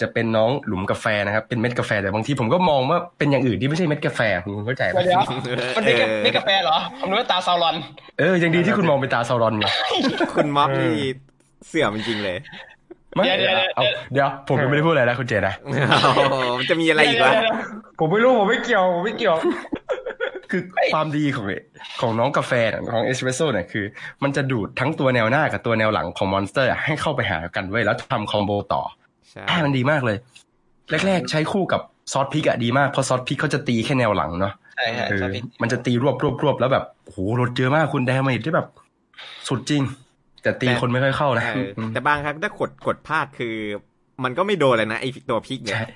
S3: จะเป็นน้องหลุมกาแฟนะครับ เป็นเม็ดกาแฟ แต่บางทีผมก็มองว่าเป็นอย่างอื่นที่ไม่ใช่เม็ดกาแฟ คุณเข้าใจปะ
S2: เดี๋ยวมันเป็นกา
S1: เออ
S2: เป็นกาแฟเหรอผมนึกว่าตาซาวรอน
S3: เออ ยังดีที่คุณมองเป็นตาซารอนไง
S1: คุณม็อบนี่เสื่อมจริงๆเลย *laughs*
S3: ไม่
S2: เดี๋ยวเดี๋ยว
S3: เอาเดี๋ยว ผมยังไม่ได้พูดอะไรนะคุณเจนะ
S1: เอามันจะมีอะไรอีกวะ
S2: เดี๋ย
S4: ผมไม่รู้ผมไม่เกี่ยวผมไม่เกี่ยว
S3: คือความดีของของน้องกาแฟเนี่ยของเอสเปรสโซ่เนี่ยคือ มันจะดูดทั้งตัวแนวหน้ากับตัวแนวหลังของมอนสเตอร์ ให้เข้าไปหากันไว้ยแล้วทำคอมโบต่อ
S1: ใช่
S3: อ่ามันดีมากเลย แรก ๆ ใช้คู่กับซอสพริกอะดีมากเพราะซอสพริกเขาจะตีแค่แนวหลังเนาะ
S2: ใช่ใช่
S3: เออ
S2: ชอบพี่
S3: มันจะตีรวบรวบรวบแล้วแบบโอ้โหรถเยอะมากคุณแดเมจได้แบบ สุดจริง แต่ตีคนไม่ค่อยเข้านะ
S1: เออแต่บางครั้งถ้ากดกดพลาดคือ มันก็ไม่โดนเลยนะไอตัวพริกเนี่ย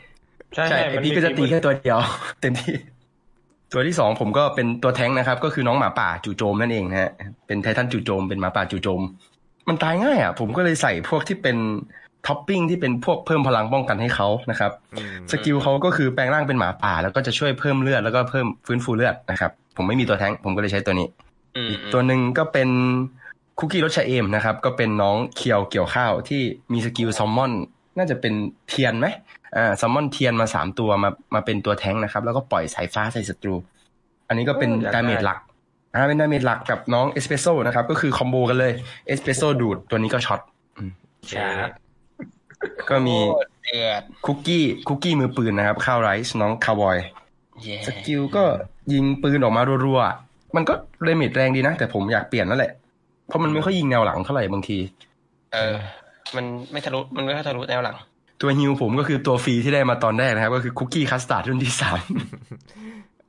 S3: ใช่
S4: ใช่
S3: ใช่ไอพี่ก็จะตีแค่ตัวเดียว เต็มที่ ตัวที่สองผมก็เป็นตัวแท้งนะครับ ก็คือน้องหมาป่าจู่โจมนั่นเองนะฮะเป็นไททันจู่โจมเป็นหมาป่าจู่โจม มันตายง่ายอ่ะ ผมก็เลยใส่พวกที่เป็นท็อปปิ้งที่เป็นพวกเพิ่มพลังป้องกันให้เขานะครับ
S1: อืม
S3: สกิลเขาก็คือแปลงร่างเป็นหมาป่า แล้วก็จะช่วยเพิ่มเลือดแล้วก็เพิ่มฟื้นฟูเลือดนะครับ ผมไม่มีตัวแท้งผมก็เลยใช้ตัวนี้
S2: อืม
S3: อีกตัวหนึ่งก็เป็นคุกกี้รสชาเอมนะครับ ก็เป็นน้องเคียวเกี่ยวข้าวที่มีสกิลแซลมอน น่าจะเป็นเทียนไหมอ่าแซลมอนเทียนมาสามตัวมามาเป็นตัวแท้งนะครับ แล้วก็ปล่อยสายฟ้าใส่ศัตรู อันนี้ก็เป็น
S4: โอ้อยากได้
S3: ดาเมจหลักอ่าเป็นดาเมจหลักกับน้องเอสเปรสโซนะครับก็คือคอมโบกันเลยเอสเปรสโซดูดตัวนี้ก็ช็อต
S4: ใช่
S3: ก็มี
S2: โคตรเดือด
S3: คุกกี้คุกกี้มือปืนนะครับข้าวไรซ์น้องคาวบอย
S2: เย้
S3: สกิลก็ยิงปืนออกมารัวๆ มันก็เดเมจแรงดีนะ แต่ผมอยากเปลี่ยนนั่นแหละ เพราะมันไม่ค่อยยิงแนวหลังเท่าไหร่บางที
S2: เออ มันไม่ทะลุมันไม่ค่อยทะลุแนวหลัง
S3: ตัวฮิวผมก็คือตัวฟรีที่ได้มาตอนแรกนะครับ ก็คือคุกกี้คัสตาร์ดรุ่นที่สาม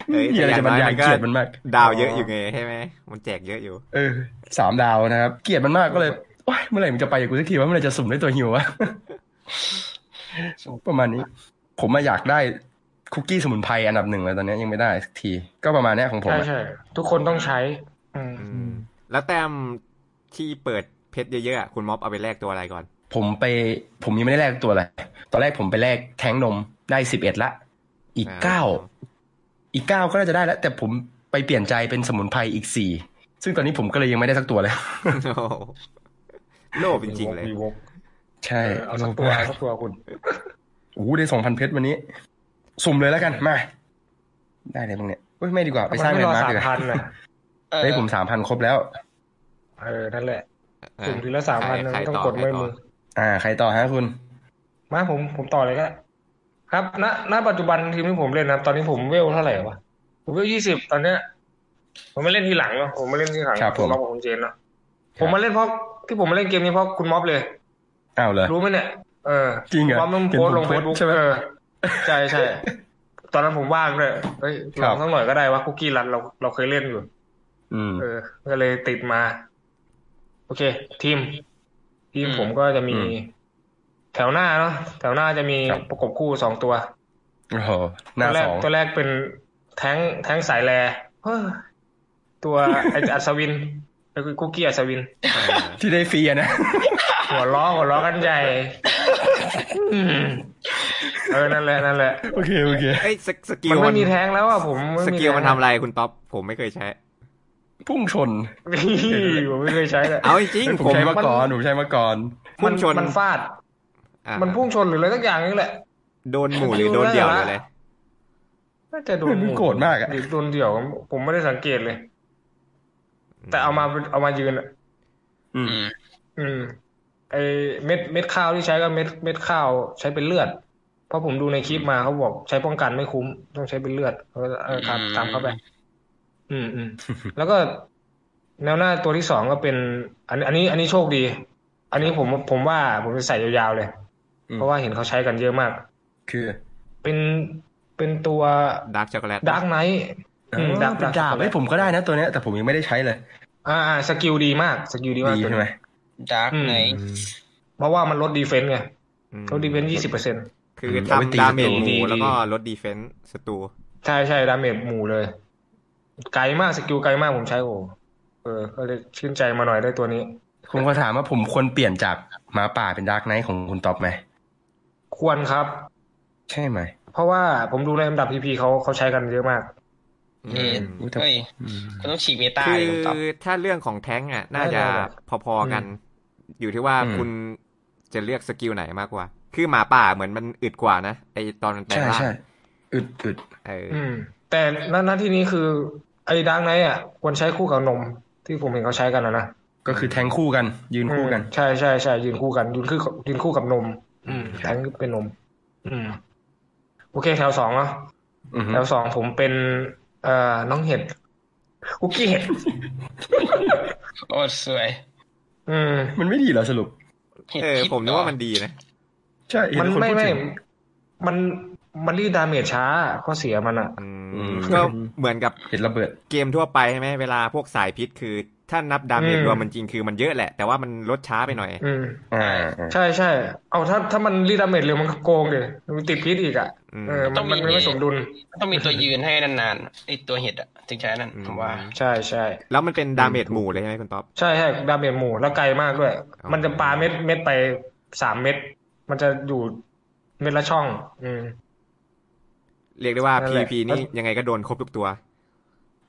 S1: เอ้ย
S3: มี
S1: แต่
S3: อะไร
S1: อย่างน้อ
S3: จะบรร
S1: ย
S3: ยาย
S1: มันก็
S3: เกลียดมันมาก
S1: ดาวเยอะอยู่ไงใช่ไหมมันแจกเยอะอยู่
S3: เออสามดาวนะครับ เกลียดมันมากก็เลยโอ๊ยเมื่อไหร่มันจะไปกับกูสักทีว่าเมื่อไหร่จะสุ่มได้ตัวฮิว
S1: *laughs*
S3: วะ ประมาณนี้ ผมมาอยากได้คุกกี้สมุนไพรอันดับหนึ่งเลยตอนนี้ยังไม่ได้สักที ก็ประมาณเนี้ยของผม
S4: ใช่
S3: อะ
S4: ใช่ทุกคนต้องใช้ อืม
S1: อืม แล้วแต้มที่เปิดเพชรเยอะๆอะคุณม็อบเอาไปแลกตัวอะไรก่อน *laughs*
S3: ผมไปผมยังไม่ได้แลกตัวเลยตอนแรกผมไปแลกแท้งนมได้สิบเอ็ดละ อีก
S1: อ่า
S3: เก้าอีกเก้าก็น่าจะได้แล้ว แต่ผมไปเปลี่ยนใจเป็นสมุนไพรอีกสี่ซึ่งตอนนี้ผมก็เลยยังไม่ได้สักตัวเลย
S1: โอ้โหโลภจริงๆเลย
S4: มีวก
S3: ใช่
S4: เออเอาสัก
S3: *laughs*
S4: ตัวเอาสักตัวคุณ
S3: โอ้โหได้สองพันเพชรวันนี้ สุ่มเลยแล้วกันมา ได้เลยตรงเนี้ยเฮ้ยไม่ดีกว่าไปสร้างแลนด์มาร์กดีกว่า
S4: พันนะ
S2: เออ
S3: เฮ้ยผมสามพันครบแล้ว
S4: เออนั่นแหละ
S1: อ่ะ
S4: กลุ่มทีละสามพัน
S1: ใคร
S4: ต้อง
S1: ต่
S4: กด
S1: ใคร
S4: ไม่
S1: ต่
S4: มือ
S3: อ่า ใครต่อฮะคุณ
S4: มาผมผมต่อเลยก็ได้ครับณณปัจจุบันทีมที่ผมเล่นนะครับ ตอนนี้ผมเวลเท่าไหร่วะผมเวลยี่สิบตอนเนี้ย ผมไม่เล่นทีหลังเนาะผมไม่เล่นทีหลัง
S3: ครับผม
S4: ล็อกกับคุณเจนเนาะผมมาเล่นเพราะที่ผมมาเล่นเกมนี้เพราะคุณม็อบเลย
S3: อ้าวเหรอ
S4: รู้ไหมเนี่ยเออ
S3: จริงเหรอ
S4: ว่ามึงโพสต์ลง
S3: เห็
S4: เฟ
S3: นผ
S4: ซ
S3: มโพสต์
S4: บุ๊ก
S3: ใช่ไหม
S4: เออใช่ใช่
S3: *laughs*
S4: ตอนนั้นผมว่างเลยเฮ้ย
S3: ครั
S4: ล
S3: บ
S4: องสักหน่อยก็ได้ว่าคุกกี้รันเราเราเคยเล่นอยู่
S3: อืม
S4: เออ ก็เลยติดมา โอเค ทีม ทีม
S2: อืม
S4: ผมก็จะมี
S3: อืม
S4: แถวหน้าเนาะแถวหน้าจะมี
S3: ครับ
S4: ประกบคู่สองตัว
S3: โอ้โหห
S4: ตั
S3: น้าว
S4: แร
S3: ส
S4: ก
S3: อง
S4: ตัวแรกเป็นแท้งแท้งสายแลเฮ้อตัวไออัศวินไอ้กุกกี้อัศวิน
S3: ที่ได้ฟรีอะนะ *laughs*
S4: หัวล้อหัวล้อกันใหญ่อืมเออนั่นแหละนั่นแหละ
S3: โอเค โอเค
S1: เอ้ยสกสกิ
S4: มั
S1: ล
S4: น
S1: มั
S4: ไม่
S1: น
S4: มีแท้งแล้วอ่ะผมไ
S1: สกิลมันทำอะไรคุณต๊อปผมไม่เคยใช้
S3: พุ่งชน
S4: นี่ผมไม่เคยใช้เลย
S1: เอาจริง
S3: เอ้ย
S1: ๆ
S3: ผ
S1: ผม ม
S3: ใช้มาก่อนผมใช้มาก่อน
S1: พุ่งชน
S4: มันฟาด
S1: อ่ะ
S4: มันพุ่งชนหรืออะไรสักอย่างนี่แหละ
S1: โดนหมู่หรือโดนเดี่ยวหรืออะไร
S4: น่าจะโด
S3: มัน นดูโกรธมากอะ
S4: หรือโดนเดี่ยวผมไม่ได้สังเกตเลย แต่เอามาเอามายืนอ่ะ
S3: อืม
S4: อืมไอเม็ดเม็ดข้าวที่ใช้ก็เม็ดเม็ดข้าวใช้เป็นเลือด เพราะผมดูในคลิปมาเขาบอกใช้ป้องกันไม่คุ้ม ต้องใช้เป็นเลือดเขาก็เออตาม
S2: อืม
S4: ตามเข้าไป อืมอืม แล้วก็แนวหน้าตัวที่สองก็เป็น อันอันนี้ อันนี้โชคดี อันนี้ผมผมว่าผมจะใส่ยาวๆเลย
S3: อืม
S4: เพราะว่าเห็นเขาใช้กันเยอะมาก
S3: คือ
S4: เป็นเป็นตัว
S1: ดาร์กช็อกโกแลต
S4: ดาร์กไนท์
S3: เอ
S4: อืม
S3: อ
S4: ดาบ
S3: เป็น
S4: ดา
S3: ดา
S4: บ
S3: บเอ้ยผมก็ได้นะตัวเนี้ยแต่ผมยังไม่ได้ใช้เลย
S4: อ่าอ่าสกิลดีมาก สกิลดีมาก
S3: ดี
S4: ตัว
S3: ใช่
S4: นี้
S3: ไหม
S2: ดาร์ก
S4: อืม
S2: ไหน
S4: เพราะว่ามันลดดีเฟนส์ไง
S1: อืม
S4: ลดดีเฟนยี่สิบเปอร์เซ็นต์
S1: คือ
S3: เอาไปตี
S1: ทำดาเมจ
S3: ศัตรู
S1: หมู่
S4: ดีๆ
S1: แล้วก็ลดดีเฟนส์ศัตรู
S4: ใช่ใช่ดาเมจหมู่เลย ไกลมากสกิลไกลมากผมใช้โอ้เออก็เลยชื่นใจมาหน่อยได้ตัวนี้
S3: คุณก็ถามว่าผมควรเปลี่ยนจากหมาป่าเป็นดาร์กไนท์ของคุณตอบไหม
S4: ควรครับ
S3: ใช่ไหม
S4: เพราะว่าผมดูในลำดับพีพีเขาเขาใช้กันเยอะมาก
S2: เฮ้ย
S3: อุ๊ยแต่
S2: เฮ้ยคุณต้องฉีกเมตา
S1: คือ
S2: ดิคุณต๊อป
S1: ถ้าเรื่องของแท้งอ่ะ น่าจะ
S4: ได้ได้
S1: พอๆกัน อยู่ที่ว่า
S3: อืม
S1: คุณจะเลือกสกิลไหนมากกว่า คือหมาป่าเหมือนมันอึดกว่านะไอตอนมันแปลง
S3: ใช่
S1: ร่าง
S3: ใช่อึดอึด
S1: เออ
S4: อืม แต่หน้าหน้าที่นี้คือ ไอ้ดังไนอ่ะ ควรใช้คู่กับนม ที่ผมเห็นเขาใช้กันนะนะ
S3: ก็คือแทงคู่กัน ยืนคู่กัน
S4: อืมใช่ใช่ใช่ยืนคู่กันยืนคู่ยืนคู่กับนม อืม
S3: ครับ
S4: ทั้งเป็นนม อืม โอเคแถวสองเนาะ
S3: อือฮึ
S4: แล้วสองผมเป็น เอ่อน้องเห็ดคุกกี้เห็ด
S2: โอ้สวย
S4: อืม
S3: มันไม่ดีเหรอสรุป
S2: ห็ด
S1: เออ
S2: พิษ
S1: ผมนึก
S2: ต่อ
S1: ว่ามันดีนะ
S3: ใช่เห็
S4: มัน
S3: ค
S4: ไม่
S3: พูด
S4: ไม่
S3: ถึง
S4: มันมันรีดดาเมจช้าข้อเสียมันอ่ะ
S1: อืม
S3: อืม
S1: ก็เหมือนกับ
S3: เห็นระเบิด
S1: เกมทั่วไปใช่ไหมเวลาพวกสายพิษคือ ถ้านับดาเมจ
S4: อืม
S1: รวมมันจริงคือมันเยอะแหละ แต่ว่ามันลดช้าไปหน่อย
S4: อืม
S3: อ่าอ่า
S4: ใช่ใช่เอาถ้าถ้ามันรีดดาเมจเร็วมันก็โกงเลยมันติดพิษอีกอ่ะ
S1: อืม
S4: เออมันมันมันไม่สมดุล
S2: ต้องมีตัวยืนให้นานๆไอตัวเห็ดอะถึงใช้นั่นผมว่า
S4: ใช่ใช่
S1: แล้วมันเป็นดาเมจหมู่เลยใช่ไหมคุณต๊อบ
S4: ใช่ใช่ดาเมจหมู่แล้วไกลมากด้วย
S1: อ๋อ
S4: มันจะปาเม็ดเม็ดไปสามเม็ดมันจะอยู่เม็ดละช่อง อืม
S1: เรียกได้ว่า
S4: นั่นแหละ
S1: PVP นี่ยังไงก็โดนครบทุกตัว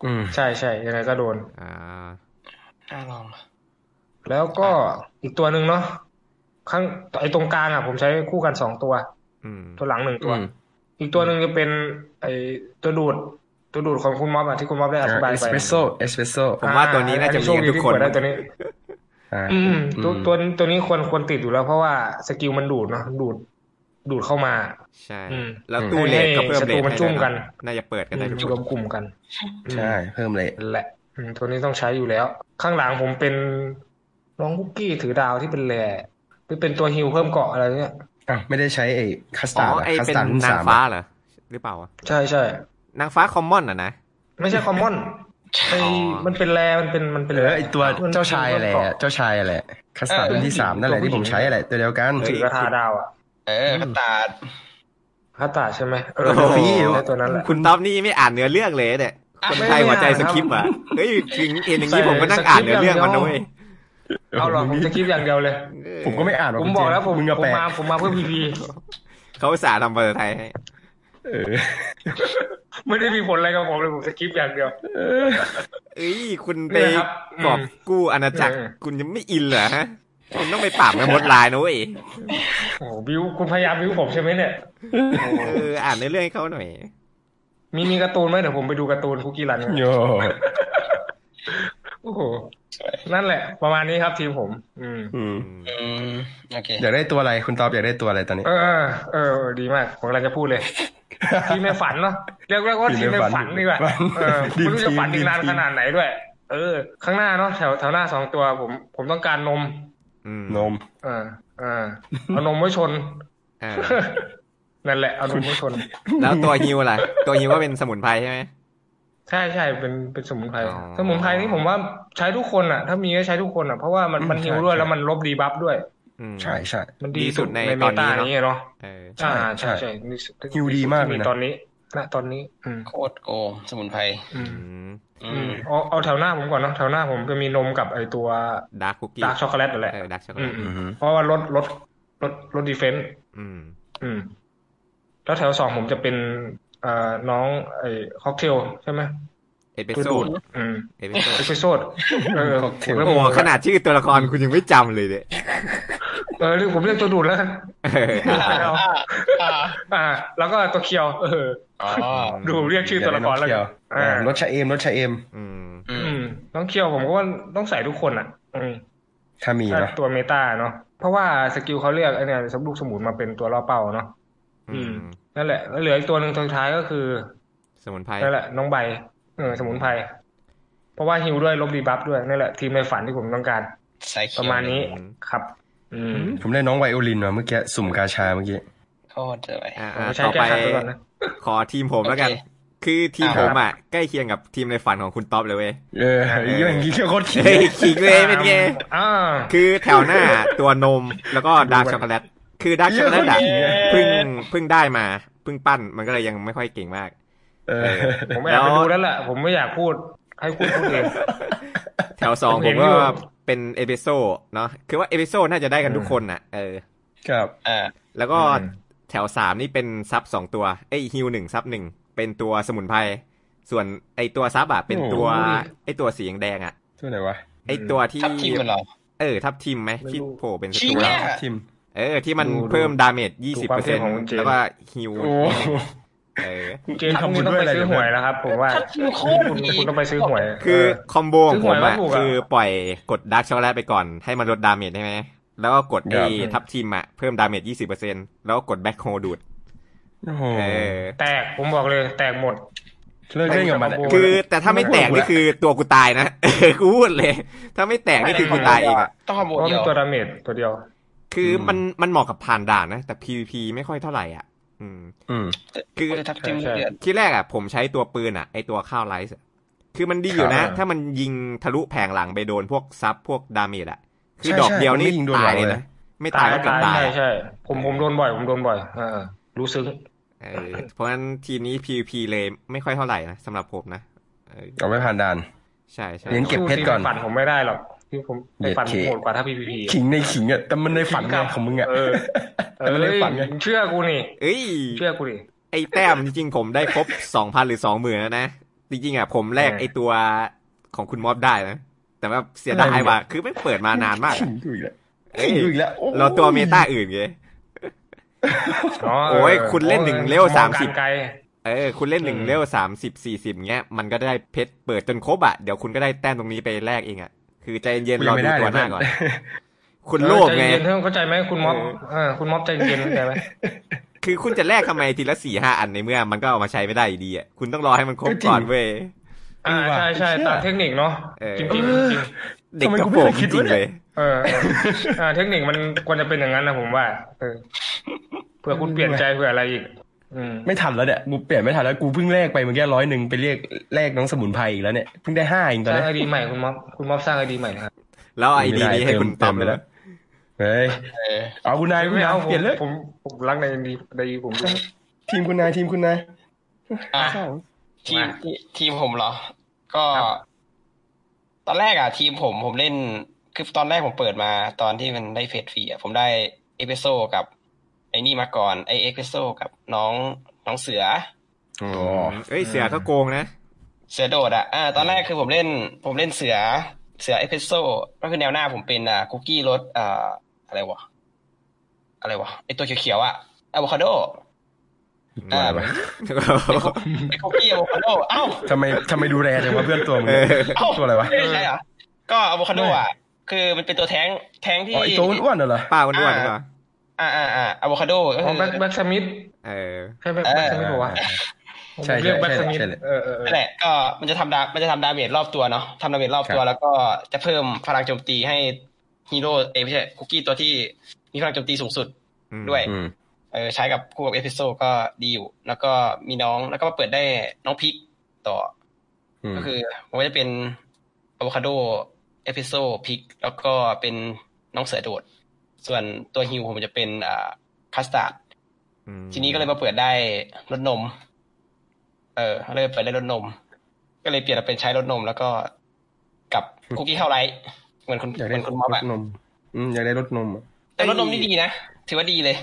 S3: อืม
S4: ใช่ใช่ยังไงก็โดน
S1: อ่า
S2: น่าลองอะ
S4: แล้วก็อีกตัวหนึ่งเนาะข้างไอ้ตรงกลางอ่ะ ผมใช้คู่กันสองตัว
S1: อืม
S4: ตัวหลังหนึ่งตัว
S3: อืม
S4: อีกตัวหนึ่งจะเป็นไอ้ตัวดูดตัวดูดของคุณม็อบอะที่คุณม็อบได้อธิบาย
S3: เอส
S4: ไป
S3: เปรสโซ่เอสเปรสโซ่
S1: ผมว่าตัวนี้น่าจะมี
S4: อั
S1: กันทุกคน
S4: โชดีที่เปิดได้ตัวนี้ อืม
S3: อืม
S4: ตัวตัวตัวนี้ควรควรติดอยู่แล้วเพราะว่าสกิลมันดูดเนาะดูด ดูดเข้ามา
S1: ใช่
S4: อืม
S1: แล้วตู้เลทก็เพิ่มเลท
S4: ให้ศัตรูมัน
S1: ให้
S4: จุ่ม
S1: ด้วย
S4: กัน
S1: ะน่าจะเปิดกัน
S4: อื
S1: ได้
S4: ม
S1: ทุก
S4: อ
S1: ค
S4: ยู่ร
S1: น
S4: วมกลุ่มกัน
S3: ใช่ เพิ่มเลย
S4: อืมนั่นแหละอืมตัวนี้ต้องใช้อยู่แล้ว ข้างหลังผมเป็นน้องคุกกี้ถือดาวที่เป็นแหล่หรือเป็นตัวฮิลเพิ่มเกาะอะไรเนี่ย
S3: อ่ะไม่ได้ใช้ไอ้คัส
S1: อ๋
S3: ตา
S1: อ
S3: ร์ด
S1: ไอ
S3: คัส
S1: เป็น
S3: ตาร์ดรุ่น
S1: นาง
S3: สาม
S1: ฟ้า
S3: อะ
S1: เหรอ หรือเปล่าวะ
S4: ใช่ใช่
S1: นางฟ้าคอมมอนอ่ะนะ
S4: ไม่ใช่คอมมอนไอ้
S1: *laughs* อ๋อ
S4: มันเป็นแลมันเป็นมันเป็น
S3: เอ
S4: แล
S3: อไอตัว
S4: มัน
S3: เจ้าชายอะไร
S4: เพิ่
S3: อะ
S4: มเกาะ
S3: เจ้าชายอะไรคัสตาร์ด
S4: เออ
S3: รุ่นที่สาม
S4: ตัวผู้
S3: นั่นแหละ
S4: หญิง
S3: ที่ผมใช้อะไรตัวเดียวกัน
S4: ถือกระทาดาวอ่ะ
S2: เออก็ตาด
S4: ฮาตาใช่ไหมเออ
S1: โอ้โห
S4: ได้ตัวนั้นแหละ
S1: คุณต๊อบนี่ไม่อ่านเนื้อเรื่องเลยเนี่ย
S2: อ่ะ
S1: คน
S4: ไม่
S1: ไทยหัวใจ
S4: อ่าน
S1: ส
S4: ครับ
S1: คริปต์อ่ะเฮ้ยถึงเห็นอย่างนี้
S4: ใส่
S1: ผมก็นั่งอ่านเนื้อเรื่อง
S4: สคริ
S1: มั
S4: ปต์
S1: น
S4: อย่า
S1: นะ
S4: งเดียว
S1: เว้ย
S4: เอาหรอผมจะคลิปอย่างเดียวเลย
S1: เออ
S3: ผมก็ไม่อ่าน
S4: ผมบอกแล้วผม
S3: มึงอะ
S4: ผม
S3: แปล
S4: มาผมมาเพื่อพีพี
S1: เขาอุตสาห์ทำภาษาไทยให้
S3: เออ
S4: ไม่ได้มีผลอะไรกับผมเลยผมจะคลิปอย่างเดียว
S1: เอ้ยคุณไป
S4: เนี่ยครับ
S1: กอบกู้อาณาจักร
S4: เออ
S1: คุณยังไม่อินเหรอฮะคุณต้องไปปราบแม่มดลายนะเว้ย
S4: โอ้โหบิวคุณพยายามบิวผมใช่ไหมเนี่ยโอ้โห
S1: เอออ่านเนื้อเรื่องให้เขาหน่อย
S4: มีมีการ์ตูนไหมเดี๋ยวผมไปดูการ์ตูนคุกกี้รัน
S3: โย
S4: โอ้โห นั่นแหละ ประมาณนี้ครับทีมผม อืม
S3: อืม
S2: อืมโอเค
S3: อยากได้ตัวอะไรคุณตอบอยากได้ตัวอะไรตอนนี้
S4: เออเออเออเออดีมากผมกำลังจะพูดเลย ทีมในฝันเนาะเรียกเรียกว่าทีมในฝันดีกว่า
S3: ฝัน
S4: เออไม่รู้จะฝันอีกนาน
S3: ดีม
S4: ขนาดไหนด้วย เออ ข้างหน้าเนาะแถวแถวหน้าสองตัวผม ผมต้องการนม
S1: อืม
S3: นม
S4: เออเออเอานมไว้ชน *laughs*
S1: อ่า
S4: นั่นแหละเอานมไว้ชน
S1: แล้วตัวฮิวล่ะ ตัวฮิวก็เป็นสมุนไพรใช่ไหม
S4: ใช่ใช่เป็นเป็นสมุนไพร
S1: อ๋อ
S4: สมุนไพรนี่ผมว่าใช้ทุกคนอ่ะ ถ้ามีก็ใช้ทุกคนอ่ะเพราะว่ามัน
S3: อืม
S4: มันฮิว
S3: ใช่
S4: ด้วย
S3: ใช่
S4: แล้วมันลบดีบัฟด้วย
S1: อืม
S3: ใช่ใช่
S4: มันดี
S1: ดีสุ
S4: สุ
S1: ด
S4: ด
S1: ใน
S4: ใน
S1: ต
S4: ต
S1: อ
S4: อน น
S1: นี้
S4: นี้
S1: เนอะ
S4: เนาะ
S1: เออ
S3: ใช่
S4: อ่าใช่
S3: ใช่
S4: ใช่นี่
S3: ฮิวดีมากเลยนะ
S4: ตอนนี้ณตอนนี้ อืม
S2: โคตรโกงสมุนไพร
S4: อืม
S1: อืม
S2: อื
S4: อื
S2: ม
S4: มเอาเอาแถวหน้าผมก่อนเนาะแถวหน้าผมจะมีนมกับไอตัว
S1: ดาร์กคุกกี้
S4: ดาร์กช็อกโกแลตนั่นแหละ
S1: เออดาร์กช็อกโกแลต
S4: อืม
S3: อือฮึ
S4: เพราะว่าลดลดลดลดดีเฟนต์
S1: อืม
S4: อืม แล้วแถวสองผมจะเป็นเอ่อน้องไอค็อกเทลใช่ไหม
S1: เอสเปร
S4: ตัว
S1: สโซ่
S4: ดูดอืม
S1: เอสเปรสโซ่
S4: เอสเปรสโซดเออ
S3: ค็อกเทล
S4: ผมแล้ว
S1: โอ้
S4: ผม
S1: ขนาดชื่อตัวละครคุณยังไม่จำเลยเนี่ย
S4: เออเรียกผมเรียกตัวดูดแล้วกัน
S1: เออ
S2: อ่าอ่าอ่า
S4: อ่า แล้วก็ตัวเคียว เออ
S2: อ๋อ
S4: ดูเรียกชื่อตัวละครแล้ว
S3: เดี๋ย
S4: กัน
S3: วได้น้องเคียวอ่ารถชะเอมรถชะเอม
S1: อืม
S2: อื
S4: อื
S2: ม
S4: ม น้องเคียวผมก็ว่าต้องใส่ทุกคนอ่ะ อืม
S3: ถ้ามีเนาะ
S4: ตัวเมตาเนาะ เพราะว่าสกิลเขาเรียกไอเนี่ยสมลูกสมุนมาเป็นตัวล่อเป้าเนาะ
S1: อืม
S4: นั่นแหละ แล้วเหลืออีกตัวหนึ่งตัวสุดท้ายก็คือ
S1: สมุนไพร
S4: นั่นแหละน้องใบเออสมุนไพร เพราะว่าฮิวด้วยลบดีบัฟด้วยนั่นแหละ ทีมในฝันที่ผมต้องการ
S2: สายเขี
S4: ป
S2: ยว
S4: ระมาณนี้ครับ อืม
S3: ผมได้น้องไวโอลินมาเมื่อกี้สุ่มกาชาเมื่อกี้
S2: โคตรเลย
S1: อ่า
S4: ผม
S1: อ่า
S4: ก็ใช้
S1: ต่อ
S4: แก้
S1: ไป
S4: ขัดไปก่อนนะ
S1: ขอทีมผมแล้วกัน
S2: โอเค
S1: คือทีม
S3: ค
S1: ผ
S3: รับ
S1: มอ่ะ ใกล้เคียงกับทีมในฝันของคุณท็อปเลยเว้ย
S4: *laughs*
S3: เอออย่างนี้โคตรขี้
S1: เฮ้ยขิงเลยเป็นไง
S4: อ่า
S1: คือแถวหน้า ตัวนมแล้วก็ดาร์กช็อกโกแลต คือดาร์กช็อกโกแลตอะเพิ่งเพิ่งได้มาเพิ่งปั้นมันก็เลยยังไม่ค่อยเก่งมาก
S3: เออ
S4: ผมแอบไปดูแล้วแหละ ผมไม่อยากพูด ให้คุณพูดเอง
S1: แถวสองผม
S4: ผมเห็น
S1: ก็
S4: อยู่
S1: เป็นเอเปโซเนาะคือว่าเอเปโซน่าจะได้กันทุกคนน่ะเออ
S3: ครับ
S2: อ่า
S1: แล้วก็
S4: อืม
S1: แถวสามนี่เป็นซับสองตัวไอยฮิวหนึ่งซับหนึ่งเป็นตัวสมุนไพรส่วนไอตัวซับอะเป็นตัว
S4: โอ้โห
S1: ไอตัวสีแดงๆอะ
S3: ตัวไหนวะ
S1: ไอตัวที่
S2: ทับทีมกันเหรอ
S1: เออ ทับทิมไหม
S4: ไม่รู้
S1: ที่โผล่เป็นศั
S2: จริ
S1: ต
S2: ง
S1: รู
S2: เนี่
S1: แล้
S2: ย
S1: ว
S3: ทีม
S1: เออ ที่มัน
S4: ดูดู
S1: เพิ่มดาเมจ
S4: ดู
S1: 20
S4: ค
S1: เปอ
S4: วาม
S1: ร์
S4: เท่
S1: เซ็นต์
S4: ของเจมส์
S1: แล้วก็ฮิว
S3: โอ้
S1: เออ
S4: เจนทำคุณต้องไปซื้อหวยแล้วครับ ผมว่า
S2: ทับทีมโคตร
S4: คุณ
S2: ดี
S4: คุณต้องไปซื้อหวย
S1: คือ
S4: เ
S1: คอมโบของผมอะ
S4: ซึ่งหวยว่าถูกอะ
S1: คือปล่อยกดดาร์กช็อกโกแลตไปก่อน ให้มันลดดาเมจใช่ไหม แล้วก็กดไอ้
S3: ค
S1: ทั
S3: รับ
S1: บทิมอะเพิ่มดาเมจ 20เปอร์เซ็นต์แล้วก็กดแบ็คโฮดูด
S3: โอ้โห
S1: เออ
S4: แตกผมบอกเลย แตกหมด
S3: เลิกเล่นกับมัน
S1: คือแต่ถ้าไม่แตกนี่คือตัวกูตายนะ *laughs* เออกูพูดเลย ถ้าไม่แตกนี่คือกูตายเองอะ
S2: ต้องขบ
S4: เพ
S2: วน
S4: ราะ
S2: เดี
S4: มั
S2: ย
S4: น
S2: ว
S4: ตัวดาเมจตัวเดียว
S1: คือมันมันเหมาะกับผ่านด่านนะ แต่ PVP ไม่ค่อยเท่าไหร่อ่ะ อืม
S3: อืม
S1: คือ
S2: จะทับทีม
S4: ใช่
S2: เดือด
S1: ที่แรกอ่ะผมใช้ตัวปืนอ่ะไอตัวข้าวไลท์อะคือมันดีอยู่นะ
S3: ครับ
S1: ถ้ามันยิงทะลุแผงหลังไปโดนพวกซับพวกดาเมจอ่ะ คือ
S3: ใช่
S1: ดอกเดียวนี่
S3: ใช่มันไม่ยิงโดน
S1: ตายเล
S3: เรา
S1: ย
S3: เลย
S1: นะไม่ตายก็เกือบตาย
S4: ใช่
S1: อะ
S4: ใช่ผมผมโดนบ่อย ผมโดนบ่อยเออรู้ซึ้ง
S1: เออเพราะงั้นทีมนี้ PVP เลยไม่ค่อยเท่าไหร่นะสำหรับผมนะเออ
S3: เอาไว้ผ่านด่าน
S1: ใช่ใช่
S3: เรียน ก็บพชรก่อน
S4: สู้ทีมใฝันผมไม่ได้หรอกที่ผมในฝัน
S3: เย็
S4: ผ
S3: ดเค
S4: มโหดกว่าถ้า PVP
S3: ขิงในขิงอ่ะแต่มันในฝันไงของมึงอ่ะ
S4: เออ
S3: แต่มันในฝันไง
S4: เอ้ยเชื่อกูนี่
S1: เอ้ย
S4: เชื่อกูนี่
S1: ไอ้แต้มจริงๆผมได้ครบ สองพันหรือสองหมื่นแล้วนะ จริงๆอ่ะผมแลกไอ้ตัวของคุณมอบได้นะ แต่ว่าเสียดายว่ะคือไม่เปิดมานานมาก
S3: ขิ
S1: อะ
S3: งดูอีกแล้ว
S1: เอ้ย
S3: ขิงดูอีกแล้วโอ้โห
S1: เราตัวเมตาอื่นไง
S4: เ
S1: โอ้ยคุณเล่นหนึ่งเร็ว
S4: มองก
S1: สามสิบ
S4: ไกล
S1: เออ คุณเล่นหนึ่ง
S4: อืม
S1: เลเวลสามสิบสี่สิบเงี้ย มันก็ได้เพชรเปิดจนครบอ่ะ เดี๋ยวคุณก็ได้แต้มตรงนี้ไปแลกเองอ่ะ คือใจเย็น
S3: กู
S1: ๆร
S3: ยั
S1: อง
S3: ไม่
S1: ดู
S3: ได้เล
S1: ตัวย ห
S3: เพื่
S1: น้า
S3: อน
S1: ก่อน คุณโลภไง
S4: เออใจเย็นเท่านั้นเข้าใจไหมคุณม็อบเออคุณม็อบใจเย็นเข้าใจไหม
S1: คือคุณจะแลกทำไมทีละสี่ห้าอันในเมื่อ มันก็เอามาใช้ไม่ได้อยู่ดีอ่ะ คุณต้องรอให้มันครบก่อนเว้ย
S4: อ่าใช่ใช่ตามเทคนิคเนาะ
S1: เออ
S4: จริงๆจริงๆ
S1: เด็ก
S3: ทำไม
S1: ก
S3: กู
S1: ระ
S3: ไม่
S1: โปรง
S3: เคย
S1: จ
S3: คิด
S1: ริ
S3: วะ
S1: งๆ
S3: เนี่ย
S1: เลย
S4: เออเอออ่าเทคนิคมันควรจะเป็นอย่างนั้นนะผมว่า เออเผื่อคุณเปลี่ยนใจเผื่ออะไรอีก อืม
S3: ไม่ทันแล้วเนี่ยกูเปลี่ยนไม่ทันแล้วกูเพิ่งแลกไปเมื่อกี้ร้อยหนึ่งไปเรียกแลกน้องสมุนไพรอีกแล้วเนี่ยเพิ่งได้ห้าเองต
S4: ส
S3: อน
S4: ร้าง
S3: นี้
S4: ไอดีใหม่คุณม็อบคุณม็อบสร้างไอดีใหม่นะครับ
S1: แล้วไอดีนี้ให้คุณตอม
S3: เม
S1: เลย
S3: เฮ้ย
S2: เออ
S3: เอาคุณนายคุณ
S4: ไม่
S3: นาย
S4: เอาผ
S3: เปลี่ย
S4: ม
S3: นเลย
S4: ผมผมรักในไอดีไอดีผมด้วย
S3: ทีมคุณนายทีมคุณนาย
S2: อ่ะ
S3: เศร้า
S2: ทีม
S4: มา
S2: ที่ทีมผมเหรอ ก็
S4: ครับ
S2: ตอนแรกอ่ะ ทีมผมผมเล่น คือตอนแรกผมเปิดมาตอนที่มันได้เฟสฟรีอ่ะผมได้เอพิโซกับ ไอ้นี่มาก่อนไอเอพิโซกับน้องน้องเสือ
S3: อ๋อ
S1: เอ้ยเสือก็โกงนะ
S2: เสือโดดอ่ะอ่าตอนแรกคือผมเล่น ผมเล่นเสือเสือเอพิโซก็คือแนวหน้าผมเป็นอ่าคุกกี้รสอ่าอะไรวะอะไรวะไอตัวเขียวๆอ่ะอะโวคาโด
S3: ตัวอะไรวะ
S2: ไอคุกกี้อะโวคาโดเอ้า
S3: ทำไมทำไมดูแลจังวะเพื่อนตัวมึง
S1: เออ
S2: เอ้า
S3: ตัวอะไรวะ
S2: ไม่ใช่เหรอ ก็อะโวคาโดอ่ะคือมันเป็นตัวแท้งแท้งที่
S3: อ๋อไอตัวอ้วนๆน่ะเหรอ
S1: ป้าอ้วนๆเหรอ
S2: อ่าอ่าอ่าอะโวคาโดก็
S4: อ๋
S2: คื
S4: อ
S2: อ
S4: แบ็คแบ็คสมิธ
S1: เออ
S4: ใช่แบ็คแบ็คสมิธเหรอวะผม
S3: ใช่
S4: เรี
S3: ใช่
S4: ยกแบ็ค
S3: ใช่
S4: สมิธ
S3: ใช่เลย
S4: เออเออเออ
S2: นั่นแหละก็มันจะทำดามันจะทำดาเมจรอบตัวเนาะทำดาเมจรอบตัวแล้วก็จะเพิ่มพลังโจมตีให้ฮีโร่เอยไม่ใช่คุกกี้ตัวที่มีพลังโจมตีสูงสุด
S1: อืม
S2: ด้วย
S3: อืม
S2: เออใช้กับคู่กับเอพิโซดก็ดีอยู่ แล้วก็มีน้องแล้วก็มาเปิดได้น้องพิกต่อ
S3: อื
S2: อ
S3: ม
S2: ก็คือผมว่าจะเป็นอะโวคาโดเอพิโซดพิกแล้วก็เป็นน้องเสือโดด ส่วนตัวฮิวผมจะเป็นอ่าคัสตาร์ด
S1: ม
S2: ทีนี้ก็เลยมาเปิดได้รถนม เออเลยเปิดได้รถนม ก็เลยเปลี่ยนมาเป็นใช้รถนม แล้วก็กับคุกกี้เข้าไลท์เหมือนคุณ
S3: อยาก
S2: เห
S3: ได้
S2: มือน
S3: ร
S2: คุ
S3: ส
S2: ณม็อบอะ
S3: นมอืมอยากได้รสนมอะ
S2: แต่รถนมนี่ดีนะ ถือว่าดีเลย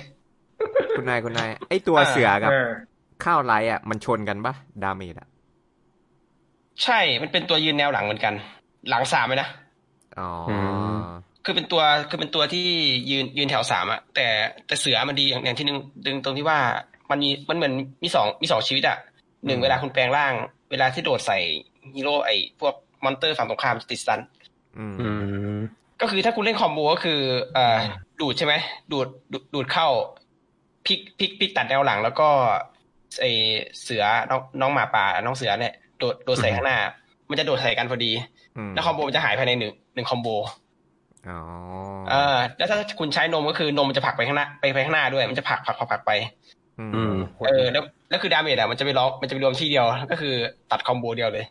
S1: คุณนายคุณนายไอตัว
S2: อ่า
S1: เสือกับ
S4: เออ
S1: ข้าวไรอ่ะมันชนกันปะดาเมจอ่ะ
S2: ใช่มันเป็นตัวยืนแนวหลังเหมือนกัน หลังสามเลยนะ
S1: อ๋อ
S2: คือเป็นตัวคือเป็นตัวที่ยืนยืนแถวสามอะแต่แต่เสือมันดีอย่างอย่างที่หนึ่งดึงตรงที่ว่ามันมีมันเหมือนมีสองมีสองชีวิตอะหนึ่งเวลาคุณแปลงร่าง เวลาที่โดดใส่ฮีโร่ไอ้พวกมอนเตอร์ฝั่งตรงข้ามจะติดสตัน
S1: อืม
S3: อืม
S2: ก็คือถ้าคุณเล่นคอมโบก็คือเอ่อดูดใช่ไหมดูดดูดดูดเข้าพลิกพลิกพลิกตัดแนวหลัง แล้วก็ไอเสือน้องน้องหมาป่าน้องเสือเนี่ยโดดโดดใส่ข้างหน้า มันจะโดดใส่กันพอดี
S1: อืม
S2: แล้วคอมโบมันจะหายภายในหนึ่งหนึ่งคอมโบ
S1: อ๋อ
S2: เออแล้วถ้าคุณใช้นมก็คือนมมันจะผลักไปข้างหน้าไปไปข้างหน้าด้วยมันจะผลักผลักผลักผลักไป
S1: อืม
S2: เออแล้วแล้วคือดาเมจอ่ะมันจะไปล้อมมันจะไปรวมที่เดียวก็คือตัดคอมโบเดียวเลย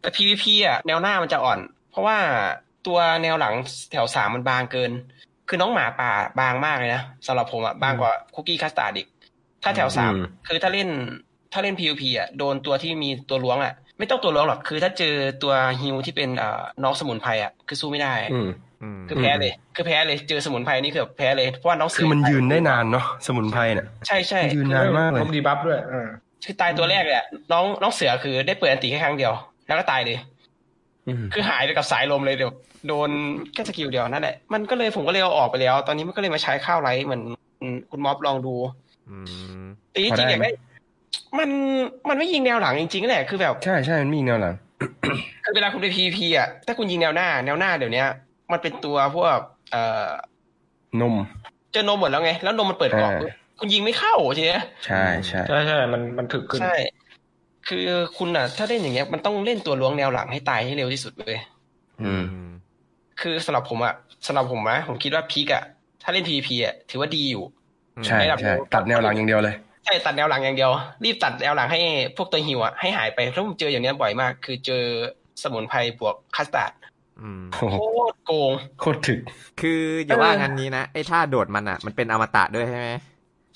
S2: แต่ PVP อ่ะแนวหน้ามันจะอ่อน เพราะว่าตัวแนวหลังแถวสามมันบางเกิน คือน้องหมาป่าบางมากเลยนะสำหรับผมอะบางกว่าคุกกี้คัสตาร์ดอีกถ้าแถวสาม
S3: อืม
S2: คือถ้าเล่นถ้าเล่น PVP อะโดนตัวที่มีตัวล้วงอะไม่ต้องตัวล้วงหรอกคือถ้าเจอตัวฮิวที่เป็นเอ่อน้องสมุนไพรอะคือสู้ไม่ได้
S3: อืม
S1: อืม
S2: คือแพ้เลย คือแพ้เลยเจอสมุนไพรนี่คือแบบแพ้เลยเพราะว่าน้องเสื
S3: คือมันยืนได้นานเนาะสมุนไพรเนี่ย
S2: ใช่ใช่
S3: ยืนนานมากเลย
S4: ครบดีบัฟด้วยเออ
S2: คือตายตัวแรกเลยอะน้องน้องเสือคือได้เปิดอันติแค่ครั้งเดียว แล้วก็ตายเลย
S3: อืม
S2: คือหายไปกับสายลมเลยเดี๋ยวโดนแค่สกิลเดียวนั่นแหละมันก็เลยผมก็เลยเอาออกไปแล้ว ตอนนี้มันก็เลยมาใช้ข้าวไรเหมือนคุณม็อบลองดู
S1: อืม
S2: แต่จริงๆ
S3: พอได้
S2: เนี่ยไม่มันมันไม่ยิงแนวหลังจริงๆแหละคือแบบ
S3: ใช่ใช่มันมีแนวหลัง
S2: คือเวลาคุณไปพีพีอ่ะถ้าคุณยิงแนวหน้า แนวหน้าเดี๋ยวเนี้ยมันเป็นตัวพวก เอ่อน
S3: ม
S2: เจอนมหมดแล้วไง แล้วนมมันเปิดกล่อง
S3: เออ
S2: คุณยิงไม่เข้าทีเนี้ย
S3: ใช่ใช่
S4: ใช่ใช่มันมันถึกขึ้น
S2: ใช่ คือคุณอ่ะ ถ้าเล่นอย่างเงี้ยมันต้องเล่นตัวล้วงแนวหลังให้ตายให้เร็วที่สุดเลย
S3: อืม
S2: คือสำหรับผมอ่ะสำหรับผมนะผมคิดว่าพีกอ่ะถ้าเล่น PVP อ่ะถือว่าดีอยู่
S3: ใช่
S2: ระดับ
S3: ใช่
S2: โลก
S3: ตัดแนวหลังอย่างเดียวเลย
S2: ใช่ตัดแนวหลังอย่างเดียว รีบตัดแนวหลังให้พวกตัวหิวอ่ะให้หายไปแล้วผมเจออย่างเนี้ยบ่อยมาก คือเจอสมุนไพรบวกคัสตาร์ด
S1: อืม
S3: โอ้โห
S2: โคตรโกง
S3: โคตรถึก
S1: คืออย่าว่างั้นนี้นะไอ้ท่าโดดมันอ่ะ มันเป็นอมตะด้วยใช่ไหม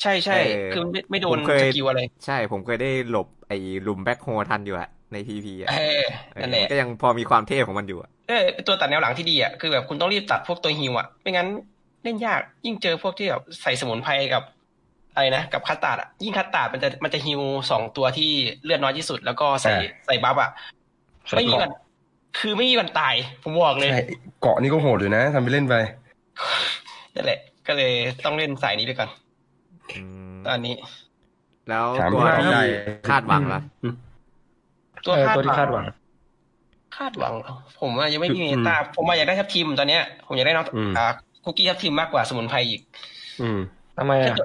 S2: ใช่ใช่
S1: เออ
S2: คือไม่ไม่โด
S1: ผ
S2: น
S1: มเคย
S2: สกิลอะไร
S1: ใช่ผมเคยได้หลบไอ้หลุมแบ็คโฮทันอยู่อะในพีพีอะ
S2: เออ
S1: เออ
S2: นั่นแหละ
S1: มันก็ยังพอมีความเท่ของมันอยู่อะ
S2: เออเป็นตัวตัดแนวหลังที่ดีอ่ะคือแบบคุณต้องรีบตัดพวกตัวหิวอ่ะไม่งั้นเล่นยากยิ่งเจอพวกที่แบบใส่สมุนไพรกับอะไรนะกับคัสตาร์ดอ่ะยิ่งคัสตาร์ดมันจะมันจะฮิวสองตัวที่เลือดน้อยที่สุด แล้วก็ใส่
S3: ใช่
S2: ใส่บัฟอ่ะไม่มีวันคือไม่มีวันตายผมบอกเลย
S3: ใช่เกาะนี่ก็โหดอยู่นะทำไปเล่นไป
S2: นั่นแหละก็เลยต้องเล่นสายนี้ไปก่อน
S1: อืม
S2: ตอนนี้
S1: แล้ว
S3: ถาม
S1: ตัว
S3: ว่า
S1: ที่
S3: ได้
S1: คาดหวังละ
S3: อืม
S2: ตัว
S4: เออ
S2: คาด
S4: ตัว
S2: ห
S4: ที่
S2: วั
S4: คาง ดหวัง
S2: คาดหวังเหรอผมว่ายังไม่มี
S3: อืม
S2: เมตาผมว่าอยากได้ทับทิมตอนเนี้ยผมอยากได้น้อง
S3: อืม
S2: อ่าคุกกี้ทับทิมมากกว่าสมุนไพรอีก
S3: อืม
S4: ทำไมอ่ะ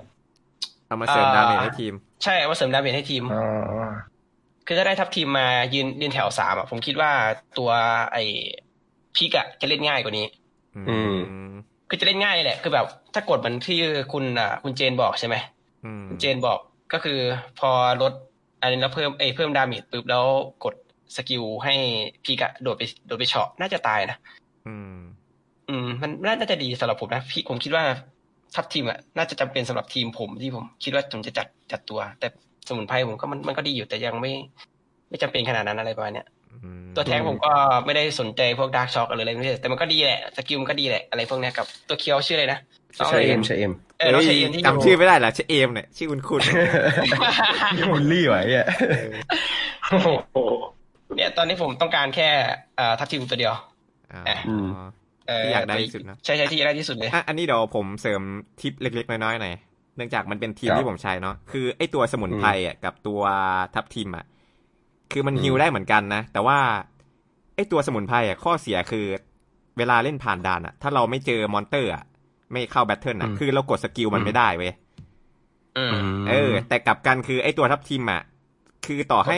S1: เอามาเสริมดาเมจ
S2: อ่า
S1: ให้ทีม
S2: ใช่เอามาเสริมดาเมจให้ทีม
S4: อ๋อ
S2: คือถ้าได้ทับทีมมายืนยืนแถวสามอะผมคิดว่าตัวไอ้พิกอะจะเล่นง่ายกว่านี้
S3: อื
S1: อื
S3: ม
S1: ม
S2: คือจะเล่นง่ายแหละ คือแบบถ้ากดเหมันที่คุณอ่าคุณเจนบอกใช่ไหม
S1: อืม
S2: คุณเจนบอกก็คือพอลดอันนี้แล้วเพิ่มไอ้ยเพิ่มดาเมจปุ๊บแล้วกดสกิลให้พิกอะโดดไปโดดไปเฉาะน่าจะตายนะ
S1: อืม
S2: อืมมันน่าจะดีสำหรับผมนะพี่ผมคิดว่าทัพทีมอ่ะน่าจะจำเป็นสำหรับทีมผมที่ผมคิดว่าผมจะจัดจัดตัว แต่สมุนไพรผมก็มันมันก็ดีอยู่แต่ยังไม่ ไม่จำเป็นขนาดนั้นอะไรประมาณเนี้ย
S1: อืม
S2: ตัวแทงผมก็ไม่ได้สนใจพวกดาร์กช็อคอะไรเลยไม่ใช่แต่มันก็ดีแหละสกิลมันก็ดีแหละอะไรพวกเนี้ยกับตัวเคียวชื่ออะไรนะน้อง
S3: ใช่
S2: อะไร
S3: เอ็ม
S2: นะ
S3: ใช่เอ็ม
S2: เออน้องชายเอ็ม
S1: เอ้ย
S2: ที่
S1: จำชื่อไม่ได้เหรอชื่อเอมเนี่ยชื่อคุณคุณ
S3: *laughs* บุลลี่ไว้อะ
S4: โอ้โห
S2: เนี่ยตอนนี้ผมต้องการแค่เอ่อทัพทีมตัวเดียว
S1: อ๋อ
S2: เออ
S1: ที่อยากได้ที่สุดนะ
S2: ใช่ใช่ที่อยากได้ที่สุดเลย
S1: อ่ะอันนี้เดี๋ยวผมเสริมทิปเล็กๆ น้อยๆหน่อยเนื่องจากมันเป็นทีมที่ผมใช้เนาะคือไอตัวสมุนไพรอ่ะกับตัวทับทิมอ่ะคือมันฮิวได้เหมือนกันนะ แต่ว่า ไอตัวสมุนไพรอ่ะข้อเสียคือ เวลาเล่นผ่านด่านอ่ะ ถ้าเราไม่เจอมอนเตอร์อ่ะไม่เข้าแบทเทิลอ่ะ
S3: อืม
S1: คือเรากดสกิลมันไม่ได้เว้ย
S2: อืม
S1: เออ แต่กลับกันคือไอตัวทับทิมอ่ะ คือต่อให้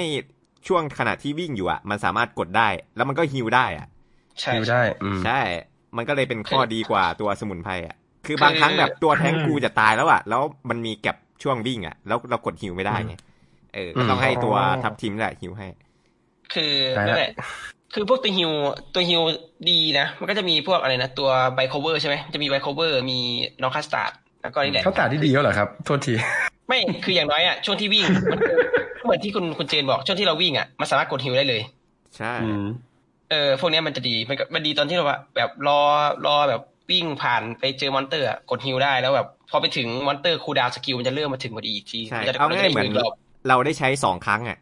S1: ช่วงขณะที่วิ่งอยู่อ่ะ มันสามารถกดได้ แล้วมันก็ฮิวได้อ่ะ
S2: ใช่
S3: ดูได้อืม
S1: ใช่ มันก็เลยเป็นข้อดีกว่าตัวสมุนไพรอ่ะ คือบางครั้งแบบตัวแทงกูจะตายแล้วอ่ะ แล้วมันมีแก็บช่วงวิ่งอ่ะ แล้วเรากดฮิวไม่ได้ไง เออ ก็ต้องให้ตัวทับทิมแหละฮิวให้
S2: คือ
S3: ใช่ละ
S2: นั่นแหละ คือพวกตัวฮิวตัวฮิวดีนะ มันก็จะมีพวกอะไรนะตัวไบโคเวอร์ใช่ไหมจะมีไบโคเวอร์มีนอคัสตาร์ดแล้วก็นี่แหละ
S3: เขาตาที่ดีแล้วเหรอครับ โทษที
S2: ไม่คืออย่างน้อยอ่ะช่วงที่วิ่งมันเหมือนที่คุณคุณเจนบอกช่วงที่เราวิ่งอ่ะมันสามารถกดฮิวได้เลย
S1: ใช่
S3: อืม
S2: เออพวกเนี้ยมันจะดีมันก็มันดีตอนที่เราว่าแบบรอรอแบบวิ่งผ่านไปเจอมอนเตอร์อะกดฮิวได้แล้วแบบพอไปถึงมอนเตอร์คูลดาวน์สกิลมันจะเริ่มมาถึงพอดีอีกที
S1: ใช่
S2: มันจะ
S1: เอาง่ายๆเหมือน
S2: จะได้กรบ
S1: เราได้ใช้สองครั้งอ่ะ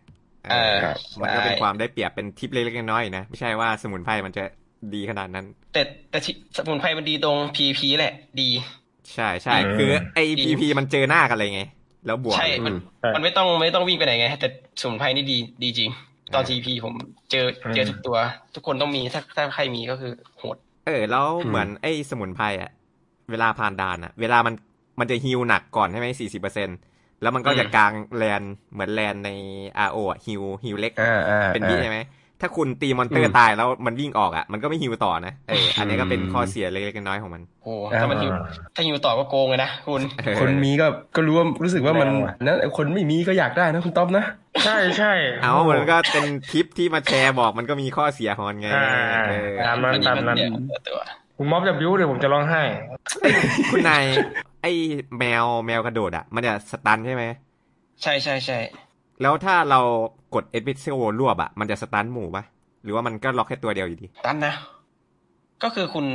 S1: เออ
S2: เออ
S1: มันก็เป็น
S2: ใช่
S1: ความได้เปรียบเป็นทิปเล็กๆน้อยๆนะ ไม่ใช่ว่าสมุนไพรมันจะดีขนาดนั้น
S2: แต่แต่ที่สมุนไพรมันดีตรง PVP แหละดี
S1: ใช่ใช่
S4: อืม
S1: คือไอพีพีมันเจอหน้ากันเลยไง แล้วบวก
S2: ใช่ มันมันไม่ต้องไม่ต้องวิ่งไปไหนไง แต่สมุนไพรนี่ดีดีจริง ตอน GP ผมเจอเจอทุกตัว ทุกคนต้องมีถ้าถ้าใครมีก็คือโหด
S1: เออแล้ว
S3: อืม
S1: เหมือนไอ้สมุนไพรอ่ะ เวลาผ่านด่านอ่ะ เวลามันมันจะฮิวหนักก่อนใช่ไหมสี่สิบเปอร์เซ็นแล้วมันก็จะ
S2: อืม
S1: กลางแลนเหมือนแลนใน RO อ่ะฮิวฮิวเล็ก
S3: อ่าอ่า
S1: เป็น
S3: อ่า
S1: วิใช่ไหมถ้าคุณตีมอนเตอ
S3: อื
S1: ร์
S3: ม
S1: ตายแล้วมันวิ่งออกอ่ะ มันก็ไม่ฮิวต่อนะเอออันนี้ก็เป็น
S3: อืม
S1: ข้อเสียเล็กๆน้อยๆของมัน
S2: โอ้โหถ้ามันฮิวถ้าฮิวต่อก็โกงเลยนะคุณ
S1: เออ
S3: คนมีก็ก็รู้ว่ารู้สึกว่ามัน
S4: แรงว่ะ
S3: นะคนไม่มีก็อยากได้นะคุณต๊อบนะ
S4: ใช่ใช่
S1: เอามันก็เป็นคลิปที่มาแชร์บอกมันก็มีข้อเสียของมันไง
S4: อ่า
S1: เออ
S4: ตามนั้นตามนั้น
S2: เดี๋ยวตัว
S4: คุณม็อบจะบิ้วเดี๋ยวผมจะร้องไห้
S1: คุณนายไอ้แมวแมวกระโดดอ่ะ มันจะสตันใช่ไหม
S2: ใช่ใช่ใช่
S1: แล้วถ้าเรากดเอ็ดวิสเซลรวบอะมันจะสตันหมู่ปะหรือว่ามันก็ล็อกแค่ตัวเดียวอยู่ดี
S2: ตันนะ ก็คือคุณ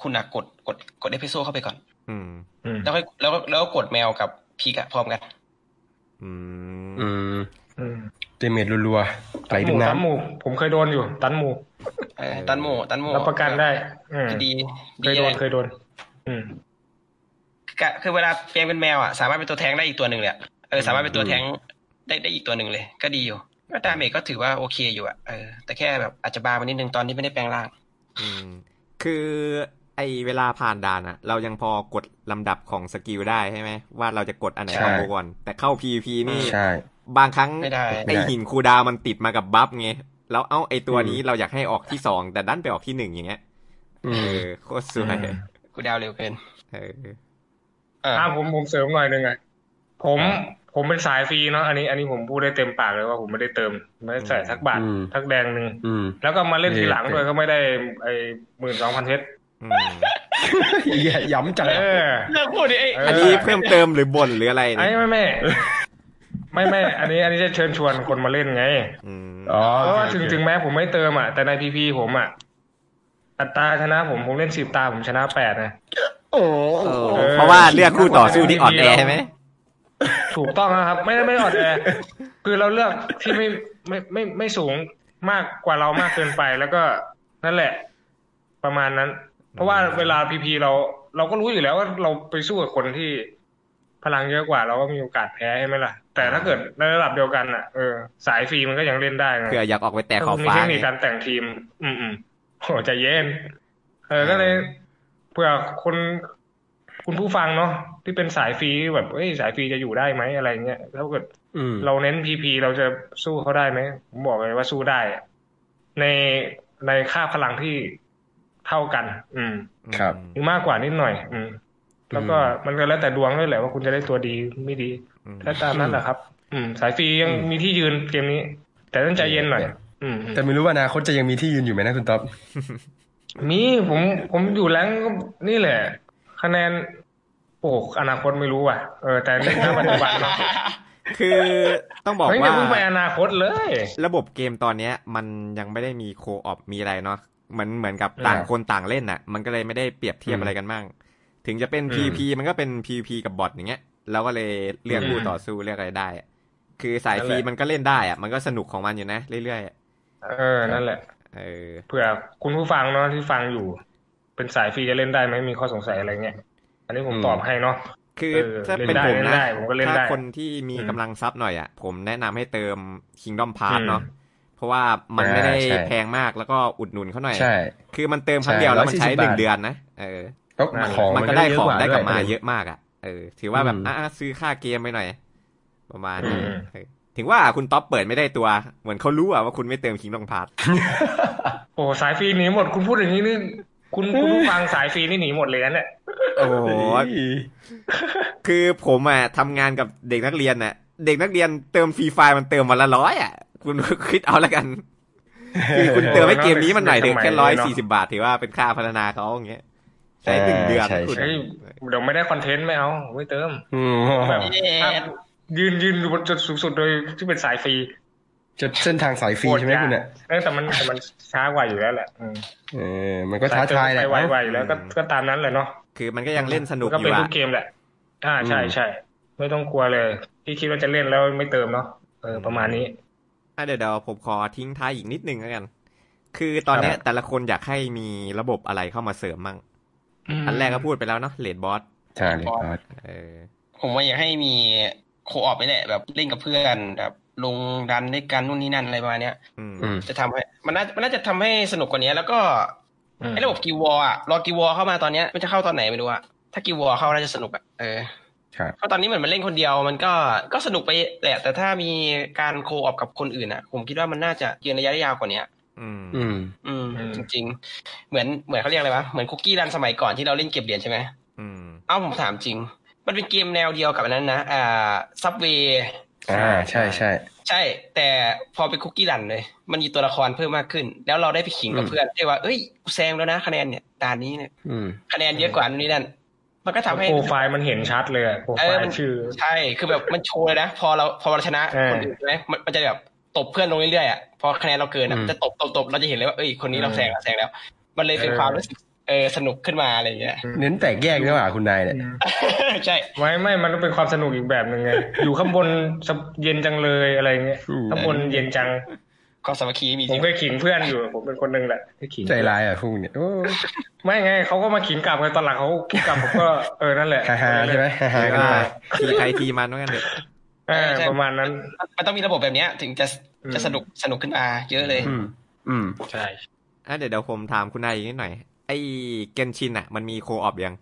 S2: คุณอะกดกดกดเอพิโซดเข้าไปก่อน
S1: อืม
S4: อืม
S2: แล้วค่อยแล้วแล้วกดแมวกับพีกอะพร้อมกัน
S1: อืม
S3: อืม
S4: อืม
S3: เตมเมดรัวๆไหล
S4: ห
S3: ดึ
S4: มู
S3: ง
S4: ตันห
S3: น้ำ
S4: มูผมเคยโดนอยู่ ตันหมู
S2: เออตันโมตันโม
S4: รับประกันได้อืม
S2: คือดี
S4: เค
S2: ดี
S4: ยโด
S2: แห
S4: น
S2: ละ
S4: เคยโดน อืม
S2: กะคือเวลาเปลี่ยนเป็นแมวอะสามารถเป็นตัวแทงได้อีกตัวหนึ่งเลยอะเออสามารถเป็นตัวแทงได้ได้อีกตัวหนึ่งเลย ก็ดีอยู่ก็ดาเมจก็ถือว่าโอเคอยู่อะเออแต่แค่แบบอาจจะบางไปนิดนึงตอนที่ไม่ได้แปลงร่าง
S1: อืม คือไอเวลาผ่านด่านอะเรายังพอกดลำดับของสกิลได้ใช่ไหม ว่าเราจะกดอันไหนคอมโบก่อน แต่เข้า PVP นี่
S3: ใช่
S1: บางครั้ง
S2: ไม่ได้
S1: ไอหินคูลดาวน์มันติดมากับบัฟไง แล้วเอ้าไอตัวนี้เราอยากให้ออกที่สองแต่ดันไปออกที่หนึ่งอย่างเงี้ย
S3: อื
S1: เอ
S3: ม
S1: อ โคตรสวย
S4: อืม
S2: กูดาวเร็วเกิน
S1: เออ
S2: เออ
S4: อ่าผมผมเสริมหน่อยหนึ่งอ่ะผมผมเป็นสายฟรีเนาะอันนี้ อันนี้ผมพูดได้เต็มปากเลยว่าผมไม่ได้เติม ไม่ได้ใส่สักบาท
S3: อืม
S4: สักแดงหนึ่ง
S3: อืม
S4: แล้วก็มาเล่นทีหลัง
S3: เออ
S4: ด้วยก็ไม่ได้ไอ้หมื่นสองพันเพชร
S1: อืม
S3: เหี้ยย้ำจัง
S4: เออ
S2: เลิกพูดดิไอ้
S4: เอออั
S1: อันนี้เพิ่มเติมหรือบ่นหรืออะไร
S4: ไอ้
S1: เนี่ย
S4: ไม่ไม่ไม่ไม่อันนี้อันนี้จะเชิญชวนคนมาเล่นไง
S1: อืม
S3: อ๋อ
S4: เพราะว่า
S3: โอเค
S4: ถึงถึงแม้ผมไม่เติมอ่ะแต่ในพีพีผมอ่ะอัตราชนะผมผมเล่นสิบตาผมชนะแปดนะ
S3: โอ้
S1: เออ
S4: เออ
S1: เพราะว่าเลือกคู่ต่อสู้ที่อ่อนแอ
S4: เออ
S1: ใช่ไหม
S4: ถูกต้องนะครับ ไม่ไม่อ่อนแอคือเราเลือกที่ไม่ไม่ไม่ไม่สูงมากกว่าเรามากเกินไปแล้วก็นั่นแหละ ประมาณนั้น เพราะว่าเวลาพีพีเรา เราก็รู้อยู่แล้วว่าเราไปสู้กับคนที่พลังเยอะกว่า เราก็มีโอกาสแพ้ใช่ไหมล่ะ แต่ถ้าเกิดในระดับเดียวกันอ่ะเออสายฟรีมันก็ยังเล่นได้ไง
S1: เผื่ออยากออกไปแตะขอบ
S4: มี
S1: ฟ้า
S4: เทคนิ
S1: ไง
S4: คการแต่งทีม อืมอืมโหใจเย็น เออ ก็เลย
S1: อ่า
S4: เผื่อคุณคุณผู้ฟังเนาะที่เป็นสายฟรีแบบเอ้ยสายฟรีจะอยู่ได้ไหมอะไรเงี้ยถ้าเกิด
S3: อืม
S4: เราเน้นพีพีเราจะสู้เขาได้ไหมผมบอกเลยว่าสู้ได้อะในในค่าพลังที่เท่ากัน อืม
S3: ครับ
S4: หรือมากกว่านิดหน่อย อืม แล้วก็มันก็แล้วแต่ดวงด้วยแหละว่าคุณจะได้ตัวดีไม่ดี
S1: อืม
S4: ถ้าตามนั้นแหละครับ อืม สายฟรียัง
S3: อืม
S4: มีที่ยืนเกมนี้ แต่ต้องใจเย็นหน่อย อืมอืม
S3: แต่ไม่รู้ว่าอนาคตจะยังมีที่ยืนอยู่ไหมนะคุณต๊อบ
S4: มีผมผมอยู่แรงก็นี่แหละ คะแนนโอ้โหอนาคตไม่รู้ว่ะเออแต่ในเรื่องปัจจุบันเนอะ
S1: คือต้องบอก
S4: เฮ้ยอย่า
S1: ว่า
S4: เพิ่งไปอนาคตเลย
S1: ระบบเกมตอนเนี้ย มันยังไม่ได้มีโคออปมีอะไรเนาะมันเหมือนกับต่าง
S3: อ่า
S1: คนต่างเล่นน่ะ มันก็เลยไม่ได้เปรียบเทียบ
S3: อืม
S1: อะไรกันมาก ถึงจะเป็น
S3: อืม
S1: PVP มันก็เป็น PVP กับบอทอย่างเงี้ยเราก็เลยเลือกคู่ต่อสู้เลือกอะไรได้อะคือสายฟรีมันก็เล่นได้อะมันก็สนุกของมันอยู่นะเรื่อย
S4: เออนั่นแหละ
S1: ๆเออ
S4: เผื่อคุณผู้ฟังเนาะที่ฟังอยู่ เป็นสายฟรีจะเล่นได้ไหมมีข้อสงสัยอะไรเงี้ยอันนี้ผม
S3: อืม
S4: ตอบให้เนาะ
S1: คือ
S4: เออ
S1: ถ้าเป็นผม
S4: เล่น
S1: นะ
S4: ได้เล่นได้ผมก็เล่น
S1: ถ้า
S4: ได้
S1: คนที่มี
S4: อืม
S1: กำลังทรัพย์หน่อยอ่ะ ผมแนะนำให้เติม Kingdom Pass
S4: อืม
S1: เนาะ เพราะว่ามันไม่ได้
S3: อ่าใช่
S1: แพงมากแล้วก็อุดหนุนเขาหน่อย
S3: ใช่
S1: คือมันเติมครั้งเดียวแล้วมันใช้
S3: 140
S1: หนึ่ง
S3: บาท
S1: เดือนนะเออ
S3: ก็
S4: นั่นแหละ
S3: ของ
S1: มันก็
S3: ก็
S1: ได้
S3: เยะ
S1: ของ
S3: ว่
S1: ได้กลับมา
S3: ด้ว
S1: เยอะมากอ่ะ เออ ถือว่าแบบ
S3: อืม
S1: อ่ะซื้อค่าเกมไปหน่อย ประมาณ
S4: อืม
S1: นั้นเออถึงว่าคุณท็อปเปิดไม่ได้ตัว เหมือนเขารู้อะว่าคุณไม่เติมคิงดองพาร์ท
S4: โอ้สายฟรีหนีหมดคุณพูดอย่างนี้นี่คุณคุณผู้ฟังสายฟรีนี่หนีหมดเลยนะเนี่ย
S1: โอ้
S3: *laughs*
S1: โห
S3: เฮ้ย
S1: คือผมอะทำงานกับเด็กนักเรียนน่ะ เด็กนักเรียนเติมฟรีไฟล์มันเติมวันละร้อยอะคุณ *laughs* คิดเอาแล้วกัน คือคุณเติมให้เกมนี้มันหน่อยถึงแค่ร้อยสี่สิบาท ถือว่าเป็นค่าพัฒนาเขาอย่างเงี้ย ใช้หนึ่งเดือนคุณ
S4: เฮ้ยเดี๋ยวไม่ได้คอนเทนต์ไม่เอาไม่เติม
S3: อืม
S4: แบบ
S2: เย้
S4: ยืนยืนอยู่บนจุดสูงสุดโดยที่เป็นสายฟรี
S3: จะเส้นทางสายฟรีใช่ไหมคุณเนี่ย
S4: เออแต่มันแต่มันช้ากว่าอยู่แล้วแหละอืม
S3: เออมันก็ท้าทายแหละ
S4: ไปไวกว่าอยู่แล้วก็
S1: อืม
S4: ก็ตามนั้นแหละเนาะ
S1: คือมันก็ยังเล่นสนุก
S4: ก็
S1: อ
S4: เป็น
S1: ยู่
S4: ทุ
S1: อะ
S4: กเกมแหละ อ่าใช่
S1: อืม
S4: ใช่ ไม่ต้องกลัวเลย ที่คิดว่าจะเล่นแล้วไม่เติมเนาะ เออประมาณนี้
S1: อ่ะเดี๋ยวเดี๋ยวผมขอทิ้งท้ายอีกนิดนึงแล้วกัน คือตอนเนี้ยแต่ละคนอยากให้มีระบบอะไรเข้ามาเสริมมั่ง อันแรกก็พูดไปแล้วเนาะเลดบอส
S3: ใช่เลยครับ
S1: เออ
S2: ผมว่าอยากให้มีโคออปไปแหละแบบเล่นกับเพื่อนแบบลงดันด้วยกันนู่นนี่นั่นอะไรประมาณเนี้ย
S1: อืม
S3: อืม
S2: จะทำให้มันน่ามันน่าจะทำให้สนุกกว่านี้ แล้วก็
S4: อืม
S2: ไอ้ระบบกิววอร์อะรอกิววอร์เข้ามาตอนเนี้ยมันจะเข้าตอนไหนไม่รู้อะถ้ากิววอร์เข้าน่าจะสนุกอะเออ
S3: ครับ
S2: เพราะตอนนี้เหมือนมันเล่นคนเดียวมันก็ก็สนุกไปแหละ แต่ถ้ามีการโคออปกับคนอื่นอะผมคิดว่ามันน่าจะยืนระยะยาวกว่านี้
S1: อืม
S3: อืม
S2: อืม
S4: อืม
S2: จริง ๆ เหมือนเหมือนเขาเรียกอะไรวะเหมือนคุกกี้รันสมัยก่อนที่เราเล่นเก็บเหรียญใช่ไหม
S1: อืม
S2: เอ้าผมถามจริง มันเป็นเกมแนวเดียวกับอันนั้นนะอ่าซับเว
S3: อ่าใช่ใช่
S2: ใช่ แต่พอเป็นคุกกี้รันเลย มันมีตัวละครเพิ่มมากขึ้น แล้วเราได้ไปขิงกับ
S3: อืม
S2: เพื่อนได้ว่าเอ้ยกูแซงแล้วนะคะแนนเนี่ยตานี้เนี่ย
S3: อืม
S2: คะแนนเยอะกว่านู่นนี่นั่นมันก็ทำให้
S4: โปรไฟล์มันเห็นชัดเลยอะโปรไฟ
S2: เออมั
S4: ล์
S2: น
S4: ชื่อ
S2: ใช่คือแบบมันโชว์เลยนะ พอเราพอเราชนะ
S4: เออ
S2: คนอื่นใช่ไหมมันมันจะแบบตบเพื่อนลงเรื่อยๆอ่ะพอคะแนนเราเกินอะ
S3: อืม
S2: มันจะตบตบตบเราจะเห็นเลยว่าเอ้ยคนนี้เราแซงเราแซงแล้ว มันเลยเป็นความรู้สึกเออสนุกขึ้นมาอะไรอย่างเงี้ย *laughs*
S3: เน้นแตกแยกด้วยว่ะคุณนายเนี่ย
S2: ใช่
S4: ไว้ไม่มันก็เป็นความสนุกอีกแบบหนึ่งไง อยู่ข้างบนสบเย็นจังเลยอะไรเงี้ย
S3: อืม
S4: ข้างบนเย็นจัง
S2: ความสามัคคีมีจ
S4: ผม
S2: ริง
S4: เคยขิงเพื่อนอยู่ ผมเป็นคนหนึ่งแหละที่ขิง
S3: ใจร้ายอ่ะพวกเนี่ยโอ้
S4: ไม่ไงเขาก็มาขิงกลับกันตอนหลังเขาขิงกลับผมก็เออนั่นแหละ
S3: ฮ่าฮ่าๆใช่ไหมฮ่า
S1: คือ
S3: ฮ่าๆกัน
S1: ว่า
S3: ไป
S1: ทีใครทีมันว่ากันเถอะ
S4: เออประมาณนั้น
S2: มันต้องมีระบบแบบเนี้ยถึงจะจะสนุกสนุกขึ้นมาเยอะเลย
S3: อืม อืม
S4: ใช่
S1: อ่ะเดี๋ยวเดี๋ยวผมถามคุณนายอีกนิดหน่อย ไอ้เกนชินอะมันมีโคออปยัง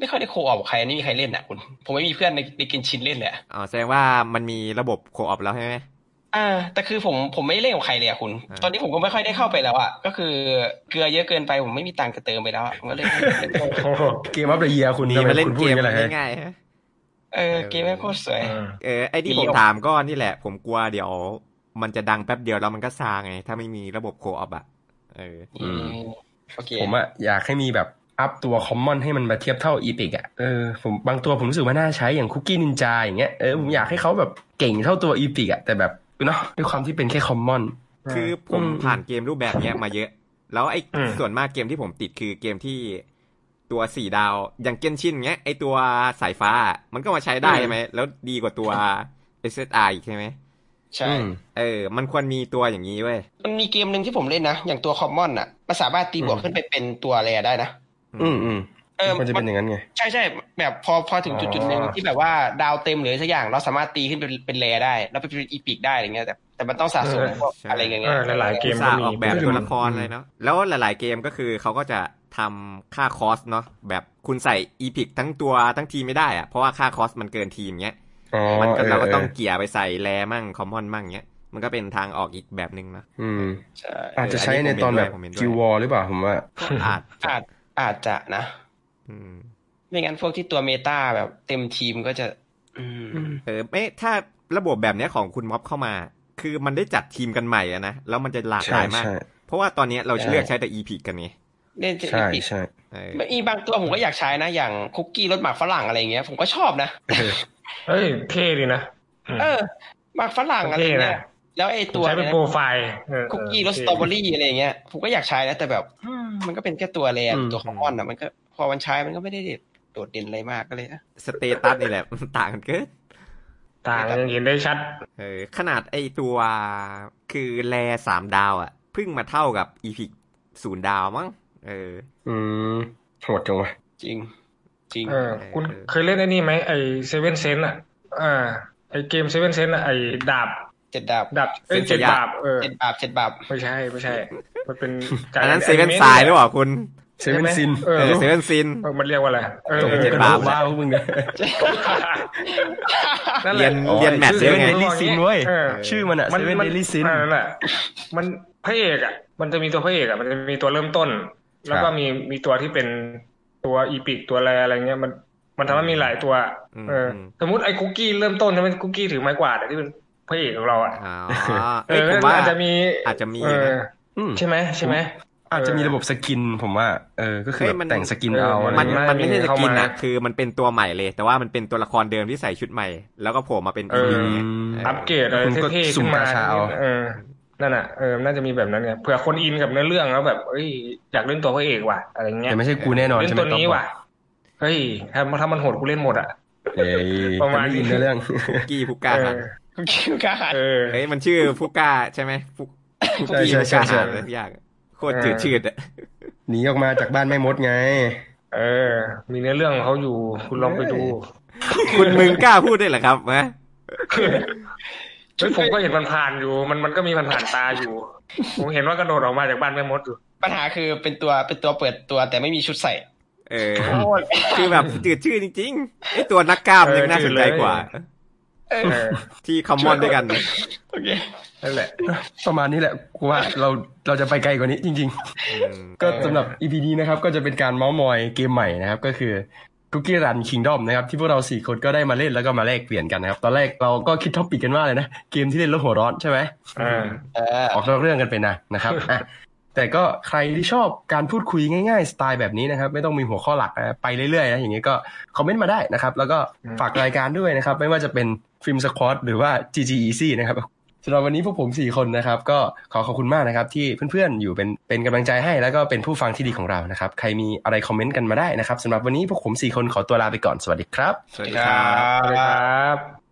S2: ไม่ค่อยได้โคออกับใครไม่มีใครเล่นอ่ะคุณผมไม่มีเพื่อนในในเกินชินเล่นเลยอะ
S1: อ๋อแสดงว่ามันมีระบบโคออปแล้วใช่ไหม
S2: อ่าแต่คือผมผมไม่ได้เล่นกับใครเลยอะคุณ
S1: อ่า
S2: ตอนนี้ผมก็ไม่ค่อยได้เข้าไปแล้วอะก็คือเกลือเยอะเกินไปผมไม่มีตังค์จะเติมไปแล้วอะผมก็เลย
S4: โอ้โห
S3: เกมอัพเดียคุณ
S1: หนีมาเล่น
S3: ทำไคุณ
S1: เก
S3: พูด
S1: ม
S3: อย่ง
S1: มั
S3: นั้นนเลยฮะ
S1: ง่ายๆฮะ
S2: เออเกมแม่งโคตรสวย
S4: อืม
S1: เออไอ้ที่
S2: มี
S1: ผม
S2: โอกาส
S1: ถามก็นี่แหละ ผมกลัวเดี๋ยว มันจะดังแป๊บเดียวแล้วมันก็ซาไง ถ้าไม่มีระบบโคออปอะเออ
S2: อืมโอเค
S3: ผมอ่ะอยากให้มีแบบอัพตัวคอมมอนให้มันมาเทียบเท่าอีพิกอ่ะเออผมบางตัวผมรู้สึกว่าน่าใช้อย่างคุกกี้นินจาอย่างเงี้ยเออผมอยากให้เขาแบบเก่งเท่าตัวอีพิกอ่ะแต่แบบเนาะด้วยความที่เป็นแค่คอมมอน
S1: คือผม
S3: อืม
S1: ผ่านเกมรูปแบบเนี้ยมาเยอะ แล้วไอ้
S4: อืม
S1: ส่วนมากเกมที่ผมติดคือเกมที่ตัวสี่ดาว อย่างเกนชินเงี้ยไอ้ตัวสายฟ้าอะมันก็มาใช้ได้ใช่ไหม แล้วดีกว่าตัว SSR อีกใช่ไหม
S2: ใช่
S3: อืม
S1: เออ มันควรมีตัวอย่างนี้เว้ย
S2: มันมีเกมหนึ่งที่ผมเล่นนะอย่างตัวคอมมอนอะมันสามารถตีบวก
S3: อืม
S2: ขึ้นไปเป็นตัวอะไรอะได้นะ
S3: อืมอืม
S2: เออ
S3: มันจะ
S2: มั
S3: เป็นนอย่างนั้นไง
S2: ใช่ใช่แบบพอพอถึงจุดจุดหนึ่ง
S4: อ๋อ
S2: ที่แบบว่าดาวเต็มหรือสักอย่างเราสามารถตีขึ้นเป็นเป็นแรได้ แล้วไปเป็นอีพิกได้อะไรเงี้ยแต่แต่มันต้องสะสมพวกอะไรอย่าง
S4: เอ
S2: เงี้ย
S4: อหลายๆเก
S1: อุ
S4: ม
S1: ต
S4: ก็
S1: สาห์
S4: มี
S1: ออกแบบ
S3: ก็คือ
S1: ตัว
S3: มัน
S1: ละครเลยเนาะ แล้วหลาย ๆ เกมก็คือเขาก็จะทำค่าคอสเนาะ แบบคุณใส่อีพิกทั้งตัวทั้งทีมไม่ได้อะเพราะว่าค่าคอสมันเกินทีมเงี้ย
S3: อ๋อ
S1: มันก็
S3: ออ
S1: เราก็ต้องเกี่ยไปใส่แรมั่งคอมมอนมั่งเงี้ย มันก็เป็นทางออกอีกแบบนึงนะ
S3: อืม
S2: ใช่
S3: อาจจะใช้ในตอนแบบ
S1: ผมเห็นด้วย
S3: กิววอลหรือเปล่าผมว่า
S1: ก็อาจจะ
S2: อาจอาจจะนะ
S1: อืม
S2: ไม่งั้นพวกที่ตัวเมตาแบบเต็มทีมก็จะ อืม
S1: เออไม่ถ้าระบบแบบเนี้ยของคุณม็อบเข้ามา คือมันได้จัดทีมกันใหม่อะนะ แล้วมันจะหลากหลายมาก
S3: ใช่
S1: เพราะว่าตอนเนี้ยเรา
S3: ใช่
S1: เลือกใช้แต่ EP กันไง
S2: เล่นจะ
S3: ใช่
S2: อีก
S3: ใช่
S1: เออ
S2: มีบางตัวผมก็อยากใช้นะ อย่างคุกกี้รถหมากฝรั่งอะไรอย่างเงี้ยผมก็ชอบนะ
S3: เออ
S4: เอ้ยเท่ดีนะม
S2: เออหมากฝรั่งอะไรอย่างเงี้ย
S4: เท่นะ
S2: แล้วไอ้
S4: ผ
S2: ตั
S4: ม
S2: ว
S4: ใช้เป็น
S2: เนี่ย
S4: โปร
S2: นะ
S4: ไฟล์เออ
S2: คุกกี้รส
S4: เท่
S2: สตรอเบอรี่อะไรอย่างเงี้ยผมก็อยากใช้นะแต่แบบอืมมันก็เป็นแค่ตัวแรงตัวคอมมอนอะมันก็พอมันใช้มันก็ไม่ได้โดดเด่นอะไรมากก็เลยนะ
S1: สเตตัสนี่แหละ *laughs* มันต่างกันเกิน
S4: ต่างยังเห็นได้ชัด
S1: เออขนาดไอตัวคือแรสามดาวอะเพิ่งมาเท่ากับ EP ศูนย์ดาวมั้งเออ
S3: อืมโหดจังวะ
S2: จริง จริง
S4: เออ คุณ
S1: เออ
S4: เคยเล่นไอ้นี่ไหมไอเซเว่นเซนอ่ะ อ่า ไอเกมเซเว่นเซนอ่ะไอดาบ
S2: เจ็ดดาบ
S4: ดับเอ้ย
S1: เซ็
S4: เจ็
S1: น
S4: ด
S1: สัญญา
S4: บาปเออ
S2: เจ็ดบาบเจ็ดบาบ
S4: ไม่ใช่ไม่ใช่ มันเป็นการ
S1: อันนั้นเซเว่น
S4: anime
S1: สายหรือเปล่าคุณ
S3: เซเว่นซิน
S4: เอ
S1: เอ
S4: อ
S1: อเซเว่นซิน
S4: เออมันเรียกว่าอะไรเออ
S3: ตก
S4: เออ
S3: เจ็ด
S1: บา
S3: บา
S1: ป
S3: ปว้าวพวกมึงเนี่ย
S4: นั่นแห
S1: เรีย
S4: ละ
S1: นเรียนแมทได้ไง
S3: เรียน Daily Sin เว้ย
S4: ออ
S3: ชื่อมันอะเซเว่นเดลี่ซิน
S4: อ่านั่นแหละมันพระเอกอ่ะ มันจะมีตัวพระเอกอ่ะ มันจะมีตัวเริ่มต้น แล้วก็มีมีตัวที่เป็นตัวอีพิกตัวอะไรอะไรเงี้ย มันมันทำให้มีหลายตัว
S1: อืม
S4: เอออ
S1: ม
S4: สมมติไอ้คุกกี้เริ่มต้นใช่ไหมคุกกี้ถือไม้กวาดอะที่เป็นพระเอกของเราอ่ะ
S1: อ๋อ
S4: เอ
S1: เอ้ย
S4: อ
S1: ผม
S4: มั
S1: ว่าน
S4: อาจจะมี
S1: อาจจะมี
S4: เอ
S1: นะ
S4: อ
S3: อืม
S4: ใช่ไหมใช่ไหม
S3: อาจจะมีระบบสกินผมว่า เออ ก็คือ
S1: เฮ้ย
S3: แบบ
S1: มัน
S3: แต่งสกิน
S4: เออ
S3: เอาอะไร
S1: มัน
S3: เงี้ย
S1: มันไม่ใช่ส
S4: เข้า
S1: กิน
S4: มา
S1: นะคือมันเป็นตัวใหม่เลย แต่ว่ามันเป็นตัวละครเดิมที่ใส่ชุดใหม่ แล้วก็โผล่มาเป็น
S4: เออ
S1: อีเนี่ย
S3: เอออั
S4: อัปเกรดอะไร
S3: คุณก็
S4: เท่ๆ
S3: สุ่ม
S4: ขึ้นมาก
S3: าชาเอา
S4: เออนั่นอ่ะเออน่าจะมีแบบนั้นไงเผื่อคนอินกับเนื้อเรื่องแล้วแบบเอ้ยอยากเล่นตัวพระเอกว่ะอะไรเงี้ย
S3: แต่ไม่ใช่กูแน่นอน
S4: เล่
S3: ใช่
S4: น
S3: ไหม
S4: ตัวนี้ว่ะเฮ้ยถ้าถ้ามันโหดกูเล่นหมดอ่ะ
S3: เอ้ย
S4: ประมาณนี้
S3: นี้เรื่อง
S4: *laughs*
S1: กี้พุก้า
S4: เอ
S1: หั
S4: อน
S2: *laughs* คุณคิวการ์ด
S4: เออ
S1: เฮ้ยมันชื่อพุก้าใช่ไหมพุพุ
S3: ใช่
S1: กี้พุ
S3: ใช่ใช่
S1: ก้า
S3: ใช่
S1: หันเลยยากโคตรจืดชืดอะ
S3: หนีออกมาจากบ้านแม่มดไง
S4: เออ มีเนื้อเรื่องของเขาอยู่ คุณลองไปดู
S1: คุณมึงกล้าพูดได้เหรอครับนะ
S4: เฮ้ยผมก็เห็นมันผ่านอยู่ มันมันก็มีมันผ่านตาอยู่ ผมเห็นว่ากระโดดออกมาจากบ้านแม่มดอยู่
S2: ปัญหาคือเป็นตัวเป็นตัวเปิดตัวแต่ไม่มีชุดใส่
S1: เออ
S2: โอ้ย
S1: คือแบบจืดชืดจริงๆไอตัวนักกล้ามยังน่าสนใจกว่า
S2: เออ
S4: เออ
S1: ที่คอมมอนด้วยกัน
S2: โอเค
S4: นั่นแหละ
S3: ประมาณนี้แหละกูว่าเราเราจะไปไกลกว่านี้จริง
S1: อืม
S3: ๆ ก็สำหรับ EP นี้นะครับ ก็จะเป็นการเมาส์มอยเกมใหม่นะครับ ก็คือ Cookie Run Kingdom นะครับ ที่พวกเราสี่คนก็ได้มาเล่นแล้วก็มาแลกเปลี่ยนกันนะครับ ตอนแรกเราก็คิดท็อปิกกันว่าอะไรนะ เกมที่เล่นแล้วหัวร้อนใช่ไหม
S4: เออ
S2: เออ
S3: ออกนอกเรื่องกันไปนะนะครับอ่ะแต่ก็ใครที่ชอบการพูดคุยง่ายๆ สไตล์แบบนี้นะครับ ไม่ต้องมีหัวข้อหลักนะไปเรื่อยๆนะอย่างเงี้ยก็คอมเมนต์มาได้นะครับ แล้วก็ฝากรายการด้วยนะครับ ไม่ว่าจะเป็นฟิล์มสควอตหรือว่า GG Easy นะครับสำหรับวันนี้พวกผม 4 คนนะครับ ก็ขอขอบคุณมากนะครับ ที่เพื่อนๆอยู่เป็นเป็นกำลังใจให้แล้วก็เป็นผู้ฟังที่ดีของเรานะครับ ใครมีอะไรคอมเมนต์กันมาได้นะครับสำหรับวันนี้พวกผมสี่คนขอตัวลาไปก่อนสวัสดีครับ
S1: สวัสดีครับ
S4: สวัสดีครับ